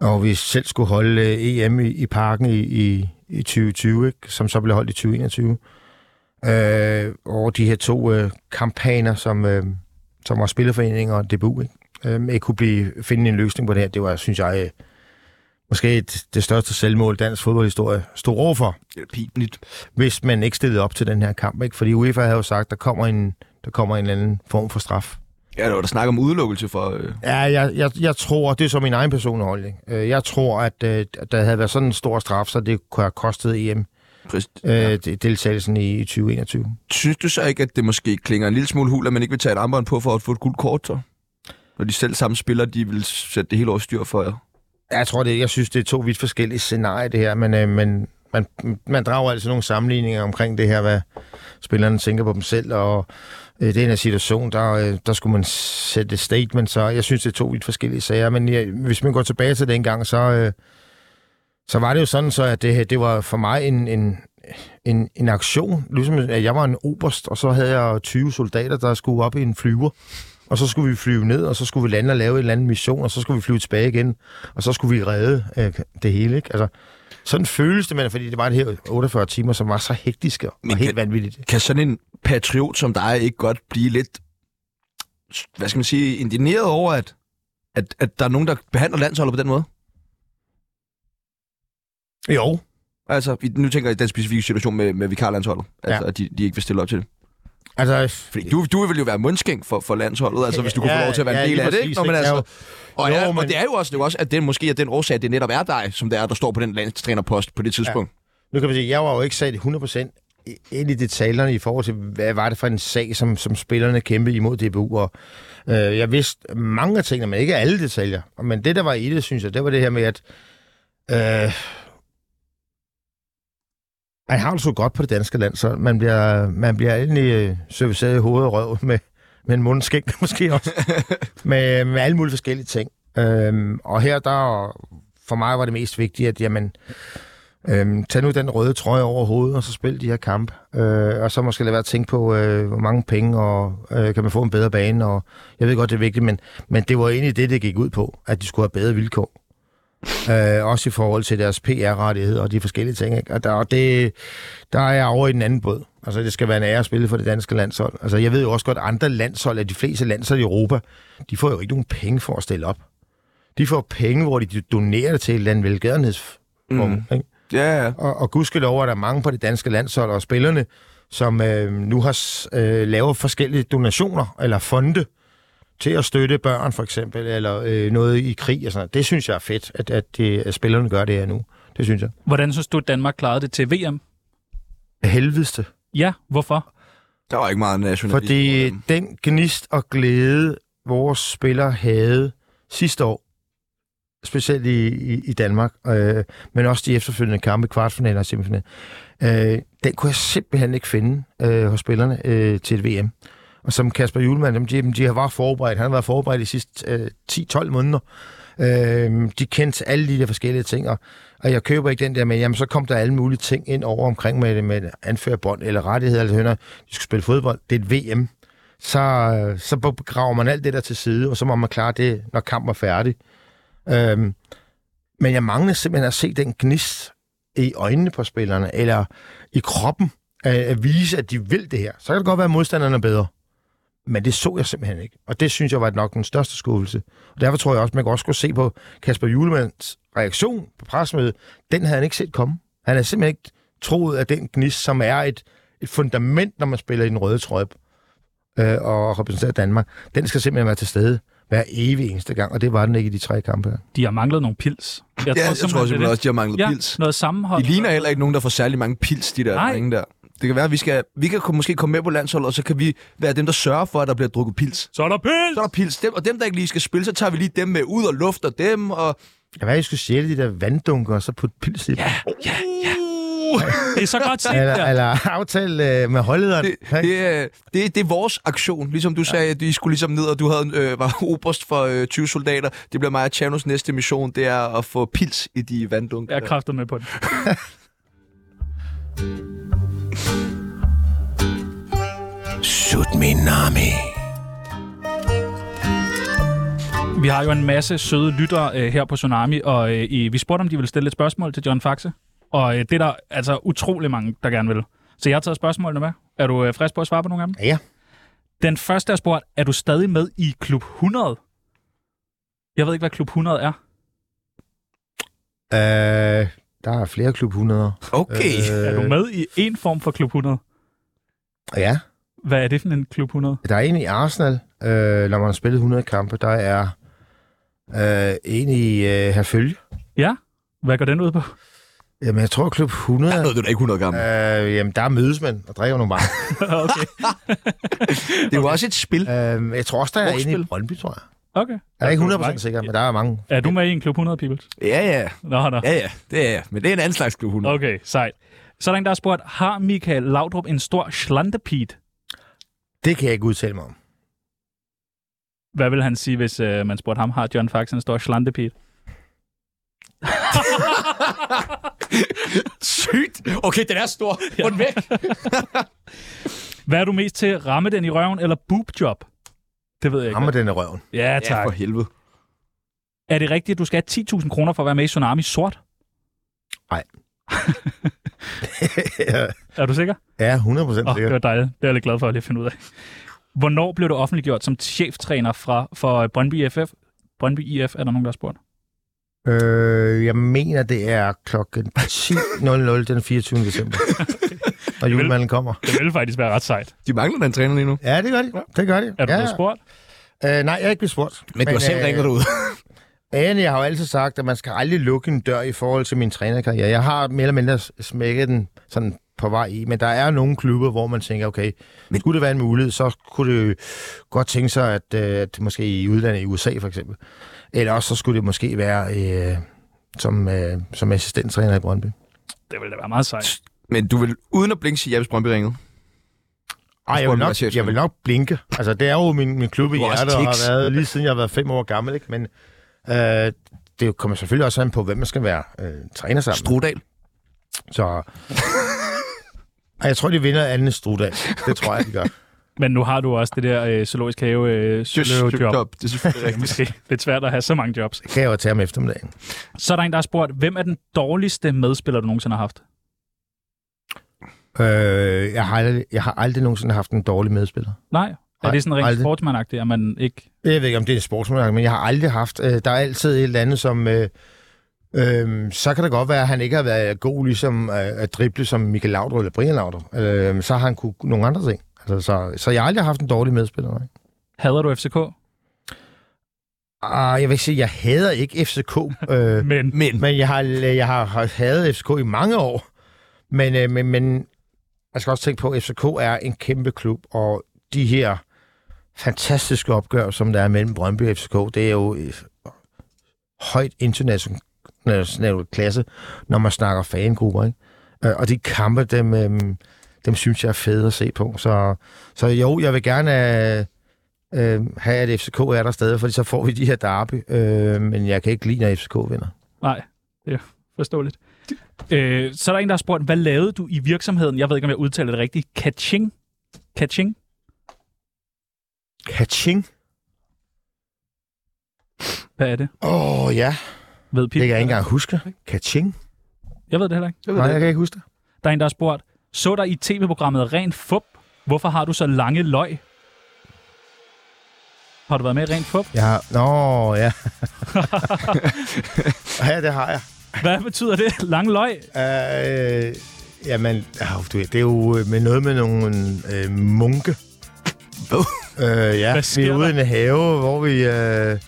og vi selv skulle holde øh, EM i, i parken i, i, i 2020, ikke? som så blev holdt i 2021. Øh, og de her to øh, kampagner, som, øh, som var Spillerforeningen og DBU, ikke? Øh, ikke kunne blive, finde en løsning på det her, det var, synes jeg, øh, måske et, det største selvmål, dansk fodboldhistorie stod overfor Det er pinligt. hvis man ikke stillede op til den her kamp. Ikke? Fordi UEFA havde jo sagt, der kommer en, der kommer en eller anden form for straf. Ja, der var der snak om udelukkelse for... Øh... Ja, jeg, jeg, jeg tror, det er så min egen personlige holdning. Øh, Jeg tror, at øh, at der havde været sådan en stor straf, så det kunne have kostet EM Præst- øh, de- deltagelsen i i 2021. Synes du så ikke, at det måske klinger en lille smule hul, at man ikke vil tage et armbånd på for at få et gult kort, så? Når de selv samme spillere, de vil sætte det hele over styr for jer. Jeg tror det. Jeg synes, det er to vidt forskellige scenarier, det her. Men, øh, men man, man drager altså nogle sammenligninger omkring det her, hvad spillerne tænker på dem selv. Og øh, den her situation, der, øh, der skulle man sætte et statement. Så jeg synes, det er to vidt forskellige sager. Men jeg, hvis man går tilbage til dengang, så, øh, så var det jo sådan, så at det, her, det var for mig en, en, en, en aktion. Ligesom at jeg var en oberst, og så havde jeg 20 soldater, der skulle op i en flyver. Og så skulle vi flyve ned, og så skulle vi lande og lave en eller anden mission, og så skulle vi flyve tilbage igen, og så skulle vi redde øh, det hele, ikke? Altså, sådan føles det, men fordi det var det her 48 timer, som var så hektiske og men helt kan, vanvittigt. Kan sådan en patriot som dig ikke godt blive lidt, hvad skal man sige, indigneret over, at, at, at der er nogen, der behandler landsholdet på den måde? Jo. Altså, i- nu tænker jeg i den specifikke situation med, med vikarlandsholdet, altså, ja. at de, de ikke vil stille op til det. Altså, Fordi du, du ville jo være mundskænk for, for landsholdet, altså, hvis du kunne Ja, få lov til at være ja, en del lige af det, præcis, ikke? Nå, men ikke? altså, og, Jo, ja, og men- det er jo også, det er jo også at det er måske at den årsag, at det netop er dig, som det er, der står på den landstrænerpost på det tidspunkt. Nu kan man sige, jeg var jo ikke sat 100% i- ind i detaljerne i forhold til, hvad var det for en sag, som, som spillerne kæmpede imod DBU. Og, øh, jeg vidste mange af tingene, men ikke alle detaljer. Men det, der var i det, synes jeg, det var det her med, at øh, man har det så godt på det danske land, så man bliver, man bliver egentlig øh, serviceret i hovedet og røv med, med en mundskænk måske også. med, med alle mulige forskellige ting. Øhm, og her, der for mig var det mest vigtige, at jamen, Øhm, tag nu den røde trøje over hovedet, og så spil de her kamp. Øh, og så måske lade være at tænke på, øh, hvor mange penge, og øh, kan man få en bedre bane. Og jeg ved godt, det er vigtigt, men, men det var egentlig det, det gik ud på, at de skulle have bedre vilkår. Øh, også i forhold til deres PR-rettigheder og de forskellige ting. Ikke? Og der, og det, der er jeg over i den anden båd. Altså, det skal være en ære at spille for det danske landshold. Altså, jeg ved jo også godt, at andre landshold, at de fleste landshold i Europa, de får jo ikke nogen penge for at stille op. De får penge, hvor de donerer det til et eller andet velgørenhedsformål. Mm. Ja, ja. Og, og gudskelov er der mange på det danske landshold og spillerne, som øh, nu har s- øh, lavet forskellige donationer eller fonde til at støtte børn for eksempel, eller øh, noget i krig og sådan noget. Det synes jeg er fedt, at, at, det, at spillerne gør det her nu. Det synes jeg. Hvordan synes du, at Danmark klarede det til VM? Helvedeste. Ja, hvorfor? Der var ikke meget nationalisme. Fordi den gnist og glæde, vores spillere havde sidste år, specielt i, i, i Danmark, øh, men også de efterfølgende kampe, kvartfinaler og semifinaler, øh, den kunne jeg simpelthen ikke finde øh, hos spillerne øh, til et VM. Og som Kasper Julemand, dem, de, de har været forberedt. Han har været forberedt de sidste øh, 10-12 måneder. Øh, de kendte alle de der forskellige ting, og, og jeg køber ikke den der med, jamen så kom der alle mulige ting ind over omkring med, med anførerbånd eller rettigheder, eller hønder, de skulle spille fodbold. Det er et VM. Så, øh, så begraver man alt det der til side, og så må man klare det, når kampen er færdig. Øhm, men jeg mangler simpelthen at se den gnist i øjnene på spillerne, eller i kroppen, at, at vise, at de vil det her. Så kan det godt være, at modstanderne er bedre. Men det så jeg simpelthen ikke. Og det synes jeg var nok den største skuffelse. Og derfor tror jeg også, man kan også kunne se på Kasper Julemands reaktion på pressemødet. Den havde han ikke set komme. Han havde simpelthen ikke troet, at den gnist, som er et, et fundament, når man spiller i den røde trøje, øh, og repræsenterer Danmark, den skal simpelthen være til stede hver evig eneste gang, og det var den ikke i de tre kampe her. De har manglet nogle pils. Ja, jeg tror simpelthen, det er simpelthen det. også, de har manglet ja, pils. noget sammenhold. De ligner heller ikke nogen, der får særlig mange pils, de der Nej. drenge der. Det kan være, at vi, skal, vi kan komme- måske komme med på landsholdet, og så kan vi være dem, der sørger for, at der bliver drukket pils. Så er der pils! Så er der pils. Dem, og dem, der ikke lige skal spille, så tager vi lige dem med ud og lufter dem. Og... Jeg ved, jeg skulle sjæle de der vanddunker, og så putte pils i dem. Det er så godt set, Eller, der. eller aftale øh, med holdlederen. Det, det, er- det, er- det er vores aktion. Ligesom du sagde, at de skulle ligesom ned, og du havde, øh, var oberst for øh, 20 soldater. Det bliver mig og Chanos næste mission, det er at få pils i de vanddunker. Jeg er kraftet med på den. Sut min nami. Vi har jo en masse søde lyttere øh, her på Tsunami, og øh, i, vi spurgte, om de ville stille et spørgsmål til John Faxe. Og øh, det er der altså utrolig mange, der gerne vil. Så jeg har taget spørgsmålene med. Er du øh, frisk på at svare på nogle af dem? Ja. Den første er spurgt, er du stadig med i Klub 100? Jeg ved ikke, hvad Klub 100 er. Øh, der er flere klub 100. Okay. Øh... Er du med i en form for Klub 100? Ja. Hvad er det for en Klub 100? Der er en i Arsenal, øh, når man har spillet 100 kampe. Der er øh, en i øh, Herfølge. Ja, hvad går den ud på? Jamen, jeg tror, klub 100... Ved du, det er ikke 100 gammel. Øh, jamen, der er mødesmænd og drikker nogle bare. okay. Det er jo også et spil. Øh, jeg tror også, der er en i Brugspil. Brøndby, tror jeg. Okay. Jeg er ikke 100% sikker, men der er mange. Er du med i en Klub 100, Peoples? Ja, ja. Nå, nå. Ja, ja. Det er jeg. Men det er en anden slags klub 100. Okay, sejt. Så er der en, der har spurgt, har Michael Laudrup en stor slantepit? Det kan jeg ikke udtale mig om. Hvad vil han sige, hvis øh, man spurgte ham, har John Faxe en stor slantepit? Sygt! Okay, den er stor. Få den væk. Hvad er du mest til? Ramme den i røven eller boob job? Det ved jeg ikke. Hammer den i røven. Ja, tak. for helvede. Er det rigtigt, at du skal have 10.000 kroner for at være med i Tsunami Sort? Nej. er du sikker? Ja, 100 procent Åh, sikker. det var dejligt. Det er jeg lidt glad for at lige finde ud af. Hvornår blev du offentliggjort som cheftræner fra, for Brøndby IFF? Brøndby IF, er der nogen, der har spurgt? Øh, jeg mener, det er klokken 10.00 den 24. december. Når julemanden kommer. Det ville faktisk være ret sejt. De mangler den træner lige nu. Ja, det gør de. Det gør de. Er du ja. blevet spurgt? Øh, nej, jeg er ikke blevet spurgt. øh, Men du har selv ringet derud. Men jeg har jo altid sagt, at man skal aldrig lukke en dør i forhold til min trænerkarriere. Jeg har mere eller mindre smækket den sådan på vej i, men der er nogle klubber, hvor man tænker, okay, men... skulle det være en mulighed, så kunne det godt tænke sig, at, øh, at måske i udlandet i USA for eksempel. Eller også så skulle det måske være øh, som, øh, som assistenttræner i Brøndby. Det ville da være meget sejt. Men du vil uden at blinke sige, ja, hvis Brøndby ringede? Ej, jeg vil, nok, jeg vil nok blinke. Altså, det er jo min, min klub i Du har også hjertet, og tics. har været lige siden jeg har været fem år gammel, ikke? Men øh, det kommer selvfølgelig også an på, hvem man skal være øh, træner sammen. Strudal. Så... Ej, jeg tror, de vinder anden Strudal. Det tror jeg, de gør. Men nu har du også det der øh, zoologisk have øh, job. job. Det er selvfølgelig rigtigt. Måske lidt svært at have så mange jobs. Det kan jeg jo tage om eftermiddagen. Så er der en, der har spurgt, hvem er den dårligste medspiller, du nogensinde har haft? Øh, jeg, har aldrig, jeg har aldrig nogensinde haft en dårlig medspiller. Nej. Er Nej, det sådan rent aldrig. sportsmandagtigt, at man ikke... Jeg ved ikke, om det er en sportsmærke, men jeg har aldrig haft... Øh, der er altid et eller andet, som... Øh, Øhm, så kan det godt være, at han ikke har været god ligesom øh, at drible som Michael Laudrup eller Brian Laudrup. Øhm, så har han kunne nogle andre ting. Altså, så, så jeg har aldrig haft en dårlig medspiller. Nej. Hader du FCK? Øh. Ah, jeg vil ikke sige, jeg hader ikke FCK. øh, men. men. Men jeg har, jeg har hadet FCK i mange år. Men, øh, men, men man skal også tænke på, at FCK er en kæmpe klub, og de her fantastiske opgør, som der er mellem Brøndby og FCK, det er jo øh, højt international klasse, når man snakker fangrupper. Ikke? Øh, Og de kampe, dem, øh, dem synes jeg er fede at se på. Så, så jo, jeg vil gerne øh, øh, have, at FCK er der stadig, fordi så får vi de her derby. Øh, men jeg kan ikke lide, når FCK vinder. Nej, det er forståeligt. Øh, så er der en, der har spurgt, hvad lavede du i virksomheden? Jeg ved ikke, om jeg udtaler det rigtigt. Kaching? Kaching? Kaching? Hvad er det? Åh, oh, ja. Ved Pip, det kan jeg ikke engang huske. Kaching? Jeg ved det heller ikke. ved Nej, det jeg ikke. kan ikke huske det. Der er en, der har spurgt, så dig i tv-programmet Rent Fup? Hvorfor har du så lange løg? Har du været med i Rent Fup? Ja, nå, ja. ja, det har jeg. Hvad betyder det? Lange løg? Øh, jamen, øh, du ved, det er jo øh, med noget med nogle øh, munke. Hvad? Øh, ja, vi er ude i en have, hvor vi... Øh,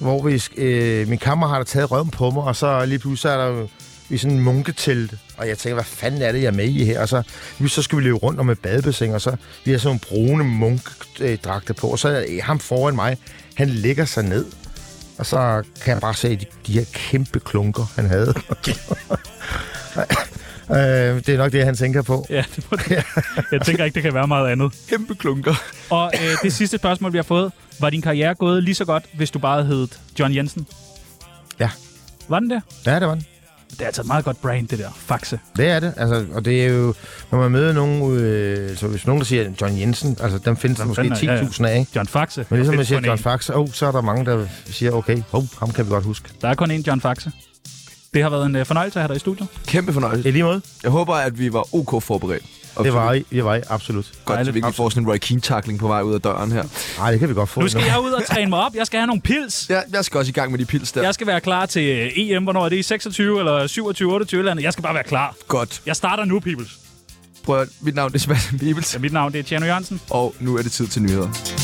hvor vi, øh, min kammerat har da taget røven på mig, og så lige pludselig er der jo- vi er sådan en munketelt, og jeg tænker, hvad fanden er det, jeg er med i her? Og så, lige så skal vi løbe rundt om et badebassin, og så vi har sådan nogle brune munkdragter på, og så er ham foran mig, han lægger sig ned, og så kan jeg bare se de, de her kæmpe klunker, han havde. øh, det er nok det, han tænker på. Ja, det må det. Jeg tænker ikke, det kan være meget andet. Kæmpe klunker. Og øh, det sidste spørgsmål, vi har fået. Var din karriere gået lige så godt, hvis du bare hed John Jensen? Ja. Var den det? Ja, det var den. Det er altså et meget godt brand, det der. Faxe. Det er det, altså, og det er jo, når man møder nogen, øh, så hvis nogen der siger John Jensen, altså dem findes der måske fanden er- ja, ja. 10.000 af, ikke? John Faxe. Men ligesom Der man findes siger kun John én. Faxe, oh, så er der mange, der siger, okay, oh, ham kan vi godt huske. Der er kun én John Faxe. Det har været en øh, fornøjelse at have dig i studiet. Kæmpe fornøjelse. I lige måde. Jeg håber, at vi var ok forberedt. Det var I, det var I, absolut. Godt, så vi ikke får sådan en Roy Keane-tackling på vej ud af døren her. Nej, det kan vi godt få. Nu skal jeg ud og træne mig op. Jeg skal have nogle pils. Ja, jeg skal også i gang med de pils der. Jeg skal være klar til øh, EM. Hvornår er det? I 26 eller 27, 28 eller andet? Jeg skal bare være klar. Godt. Jeg starter nu, peoples. Prøv at, mit navn er Sebastian Bibels. Ja, mit navn det er Tjerno Jørgensen. Og nu er det tid til nyheder.